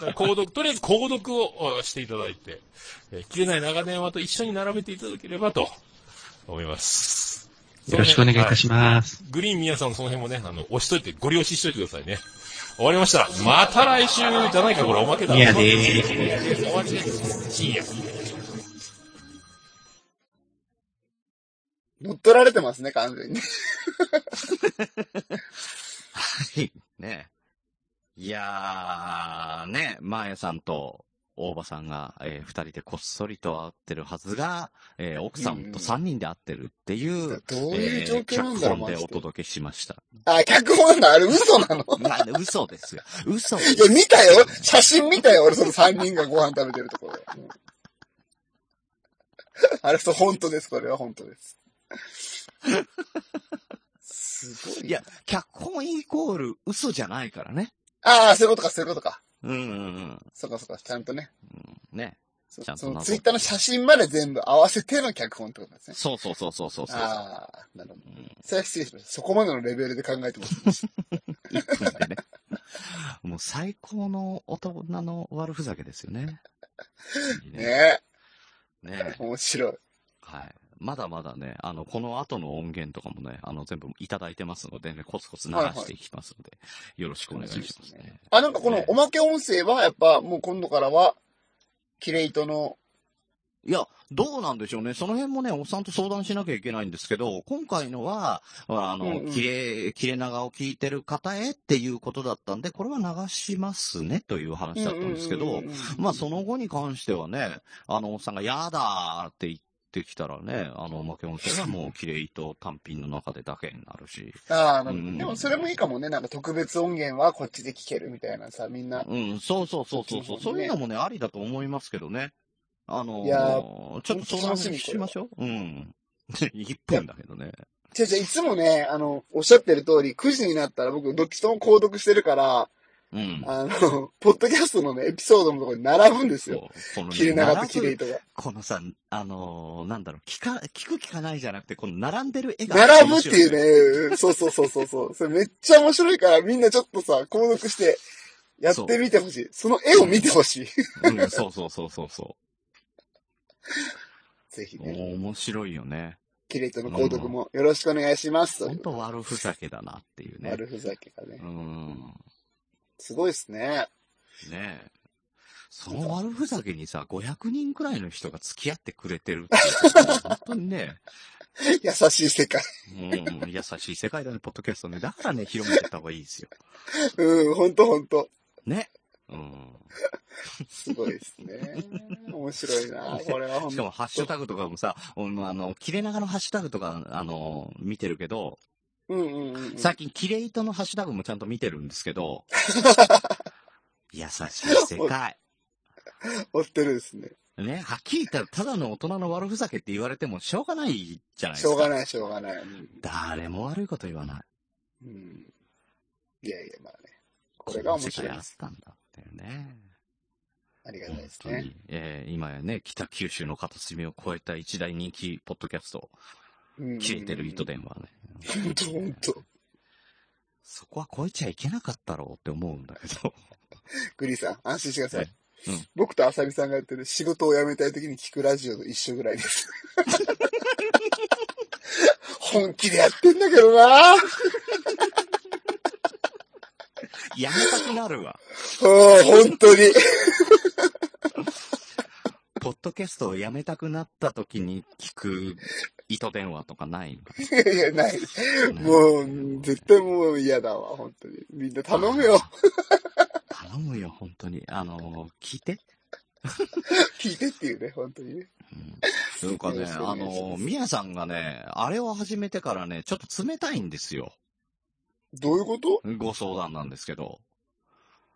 [SPEAKER 6] はい購読、とりあえず購読をあしていただいて、えー切れない長電話と一緒に並べていただければと思います。
[SPEAKER 7] よろしくお願いいたし
[SPEAKER 6] す。は
[SPEAKER 7] ます。
[SPEAKER 6] いグリーン宮さんのその辺もね、あの、押しといて、ご了承しといてくださいね。終わりました。また来週じゃないか、これおまけだ。
[SPEAKER 7] 宮でーす
[SPEAKER 6] す。終わりです。深夜。
[SPEAKER 4] 乗っ取られてますね、完全に。
[SPEAKER 3] はい。ねいやー、ね、前さんと大場さんが、えー二人でこっそりと会ってるはずが、えー奥さんと三人で会ってるっていう、
[SPEAKER 4] どうい
[SPEAKER 3] え
[SPEAKER 4] う状
[SPEAKER 3] ー
[SPEAKER 4] 況なん
[SPEAKER 3] 脚
[SPEAKER 4] だろう、
[SPEAKER 3] 本
[SPEAKER 4] マ
[SPEAKER 3] で
[SPEAKER 4] ジ
[SPEAKER 3] お
[SPEAKER 4] で。
[SPEAKER 3] 届けしました。
[SPEAKER 4] あ、脚本だ、あれ嘘なの
[SPEAKER 3] まあ、嘘ですよ。嘘で
[SPEAKER 4] いや、
[SPEAKER 3] す。
[SPEAKER 4] 見たよ写真見たよ俺、その3人がご飯食べてるところ。うんあれ、そう、本当です。これは本当です。すごい。
[SPEAKER 3] いや、、脚本イコール嘘じゃないからね。
[SPEAKER 4] ああ、そういうことか、そういうことか。
[SPEAKER 3] うんうん
[SPEAKER 4] そうか、そうか、ちゃんとね。
[SPEAKER 3] うん。ね。
[SPEAKER 4] そ
[SPEAKER 3] ちゃんと
[SPEAKER 4] その
[SPEAKER 3] 謎
[SPEAKER 4] ツイッターの写真まで全部合わせての脚本ってことですね。
[SPEAKER 3] そうそうそうそうそうそう。
[SPEAKER 4] ああ、なるほど。
[SPEAKER 3] うん
[SPEAKER 4] それは失礼しました。そこまでのレベルで考えてます。
[SPEAKER 3] 1分でね。もう最高の大人の悪ふざけですよね。
[SPEAKER 4] ね
[SPEAKER 3] ね
[SPEAKER 4] え、面白い。
[SPEAKER 3] はい。まだまだね、あの、この後の音源とかもね、あの、全部いただいてますのでね、コツコツ流していきますので、よろしくお願いしますね。
[SPEAKER 4] あ、なんかこのおまけ音声は、やっぱもう今度からは、キレイトの、
[SPEAKER 3] いや、どうなんでしょうね。その辺もね、おっさんと相談しなきゃいけないんですけど、今回のは、あ
[SPEAKER 4] うん
[SPEAKER 3] の
[SPEAKER 4] うん、
[SPEAKER 3] 切れ、切れ長を聞いてる方へっていうことだったんで、これは流しますね、という話だったんですけ
[SPEAKER 4] うんう
[SPEAKER 3] ど
[SPEAKER 4] んうんう、ん
[SPEAKER 3] まあ、その後に関してはね、あの、おっさんが、やだーって言ってきたらね、あの、おまけ音声はもう、綺麗と単品の中でだけになるし。
[SPEAKER 4] ああ、なるほ
[SPEAKER 3] うんうん
[SPEAKER 4] ど。でもそれもいいかもね。なんか特別音源はこっちで聞けるみたいなさ、みんな。
[SPEAKER 3] うん、そうそうそうそうそう、
[SPEAKER 4] 基
[SPEAKER 3] そ
[SPEAKER 4] 本ね
[SPEAKER 3] ういうのもね、ありだと思いますけどね。あのー
[SPEAKER 4] いや
[SPEAKER 3] ちょっと相談
[SPEAKER 4] 楽しみ
[SPEAKER 3] しましょう。うん。1分だけどね。
[SPEAKER 4] じゃじゃいつもね、あの、おっしゃってる通り、9時になったら僕どっちとも購読してるから、
[SPEAKER 3] うん。
[SPEAKER 4] あの、 ポッドキャストのね、エピソードのところに並ぶんですよ。
[SPEAKER 3] そうこのね
[SPEAKER 4] キレ長と
[SPEAKER 3] 並ぶ
[SPEAKER 4] キレイトが。
[SPEAKER 3] このさ、あのーなんだろう、聞か、聞く聞かないじゃなくて、この並んでる絵が。
[SPEAKER 4] 並ぶってい
[SPEAKER 3] ね。
[SPEAKER 4] うね、うんそうそうそうそうそう。それめっちゃ面白いから、みんなちょっとさ、購読して、やってみてほしい。その絵を見てほしい。
[SPEAKER 3] うん、そうそうそうそうそ
[SPEAKER 4] ぜひ
[SPEAKER 3] う。
[SPEAKER 4] ね、
[SPEAKER 3] 面白いよね。
[SPEAKER 4] キレイトの購読もよろしくお願いします。
[SPEAKER 3] 本当悪ふざけだなっていうね。
[SPEAKER 4] 悪ふざけがね
[SPEAKER 3] う。ん。
[SPEAKER 4] すごいですね。
[SPEAKER 3] ねえ。その悪ふざけにさ、500人くらいの人が付き合ってくれてるっていうのは、本当にね、
[SPEAKER 4] 優しい世界。
[SPEAKER 3] うん、優しい世界だね、ポッドキャストね。だからね、広めてった方がいいですよ。
[SPEAKER 4] うん、ほんとほんと。
[SPEAKER 3] ね。うん。
[SPEAKER 4] すごいですね。面白いな。 これはほん
[SPEAKER 3] しか
[SPEAKER 4] と。
[SPEAKER 3] も、ハッシュタグとかもさ、俺もあの、切れ長のハッシュタグとか、あの、見てるけど、
[SPEAKER 4] うんうんうんうん。
[SPEAKER 3] 最近、キレイトのハッシュタグもちゃんと見てるんですけど、優しい世界。
[SPEAKER 4] 追ってるですね。
[SPEAKER 3] ね、はっきり言ったら、ただの大人の悪ふざけって言われてもしょうがないじゃないで
[SPEAKER 4] し
[SPEAKER 3] すか。
[SPEAKER 4] ょうが
[SPEAKER 3] い。
[SPEAKER 4] ない、しょうがない。
[SPEAKER 3] 誰も悪いこと言わない。
[SPEAKER 4] うん。いやいや、まあね。
[SPEAKER 3] こ
[SPEAKER 4] これが面白い
[SPEAKER 3] 世界あったんだっていうね。
[SPEAKER 4] ありがたい
[SPEAKER 3] 本
[SPEAKER 4] です
[SPEAKER 3] 当
[SPEAKER 4] ね。
[SPEAKER 3] に。えー今やね、北九州の片隅を越えた一大人気ポッドキャスト、
[SPEAKER 4] うん
[SPEAKER 3] 切れてる糸。電話ね。
[SPEAKER 4] ほんとほんと。
[SPEAKER 3] そこは超えちゃいけなかったろうって思うんだけど。
[SPEAKER 4] グリーさん、安心してください
[SPEAKER 3] うん。
[SPEAKER 4] 僕とあさみさんがやってる仕事を辞めたい時に聞くラジオと一緒ぐらいです。 本気でやってんだけどなうん
[SPEAKER 3] やめたくなるわ。
[SPEAKER 4] 本当に。
[SPEAKER 3] ポッドキャストをやめたくなった時に聞く糸電話とかないのか
[SPEAKER 4] いや、ない。
[SPEAKER 3] な
[SPEAKER 4] もう、絶対もう嫌だわ、本当に。みんな頼むよ。
[SPEAKER 3] 頼むよ、本当に。あの、聞いて。
[SPEAKER 4] 聞いてっていうね、本当にね。
[SPEAKER 3] うん。というか
[SPEAKER 4] よ
[SPEAKER 3] ね、
[SPEAKER 4] ろしくお
[SPEAKER 3] あ
[SPEAKER 4] 願いします
[SPEAKER 3] の、ミヤさんがね、あれを始めてからね、ちょっと冷たいんですよ。
[SPEAKER 4] どういうこと
[SPEAKER 3] ご相談なんですけど。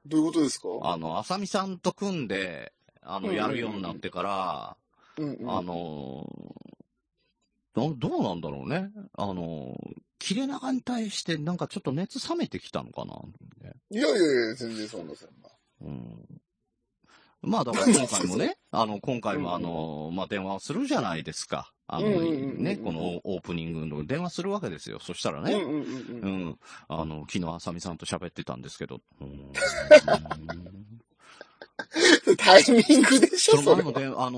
[SPEAKER 4] どういうことですか
[SPEAKER 3] あの、あさみさんと組んで、あ
[SPEAKER 4] うん
[SPEAKER 3] の、
[SPEAKER 4] うんうん
[SPEAKER 3] やるようになってから、
[SPEAKER 4] うんうん。
[SPEAKER 3] あのーど、どうなんだろうね。あのー切れ長に対してなんかちょっと熱冷めてきたのかな。
[SPEAKER 4] いやいやいや、全然そんなそんな。
[SPEAKER 3] うん。まあだ から今回もね、あの、今回もあのーまあ電話をするじゃないですか。あの、
[SPEAKER 4] うんうんうんうん
[SPEAKER 3] ね、このオープニングの電話するわけですよ。そしたらね、
[SPEAKER 4] うんうんうん
[SPEAKER 3] う
[SPEAKER 4] うん。
[SPEAKER 3] ん。あの、昨日、あさみさんと喋ってたんですけど。うーん
[SPEAKER 4] タイミングでし
[SPEAKER 3] その前
[SPEAKER 4] ょ、それ
[SPEAKER 3] も
[SPEAKER 4] は。
[SPEAKER 3] で、あの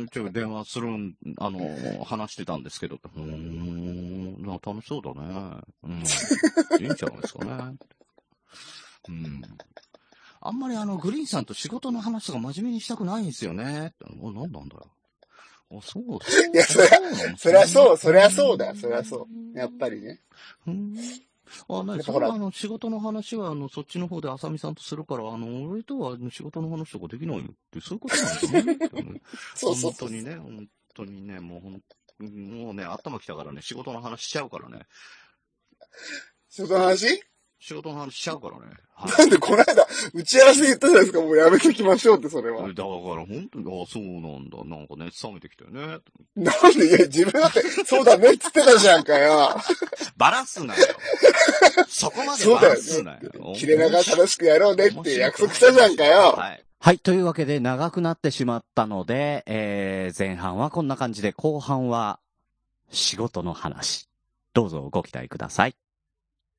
[SPEAKER 3] ーちょ、電話するん、あのー話してたんですけど。うーん。な楽しそうだね。うん。いいんじゃないですかね。うん。あんまりあの、グリーンさんと仕事の話とか真面目にしたくないんですよね。お、なんなんだよ。あ、そうい
[SPEAKER 4] いやそりゃそりゃそう、そりゃそうだ、そりゃそう。やっぱりね。
[SPEAKER 3] うんあ、なに、
[SPEAKER 4] やっぱ
[SPEAKER 3] そ
[SPEAKER 4] ほ
[SPEAKER 3] れ
[SPEAKER 4] ら
[SPEAKER 3] はあの、仕事の話は、あの、そっちの方で浅見さんとするから、あの、俺とはあの仕事の話とかできないよって、そういうこと なんだよね。
[SPEAKER 4] そうそう
[SPEAKER 3] 本当
[SPEAKER 4] そう。
[SPEAKER 3] にね、本当にね、もうほん、もうね、頭きたからね、仕事の話しちゃうからね。
[SPEAKER 4] その話
[SPEAKER 3] 仕事の話しちゃうからね。 はい。
[SPEAKER 4] なんでこの間、打ち合わせ言ったじゃないですか、もうやめときましょうって、それ
[SPEAKER 3] だか
[SPEAKER 4] は
[SPEAKER 3] ら。本当に、あ、そうなんだ。なんかね、冷めてきたよね。
[SPEAKER 4] なんで、いや、自分だって、そうだねっつってたじゃん かよ。
[SPEAKER 3] バラすなよ。 そこまでバラすなよ。
[SPEAKER 4] 切れ長楽しくやろうねって約束したじゃんかよ。
[SPEAKER 3] はい。はい。というわけで長くなってしまったので、えー、前半はこんな感じで、後半は仕事の話。どうぞご期待ください。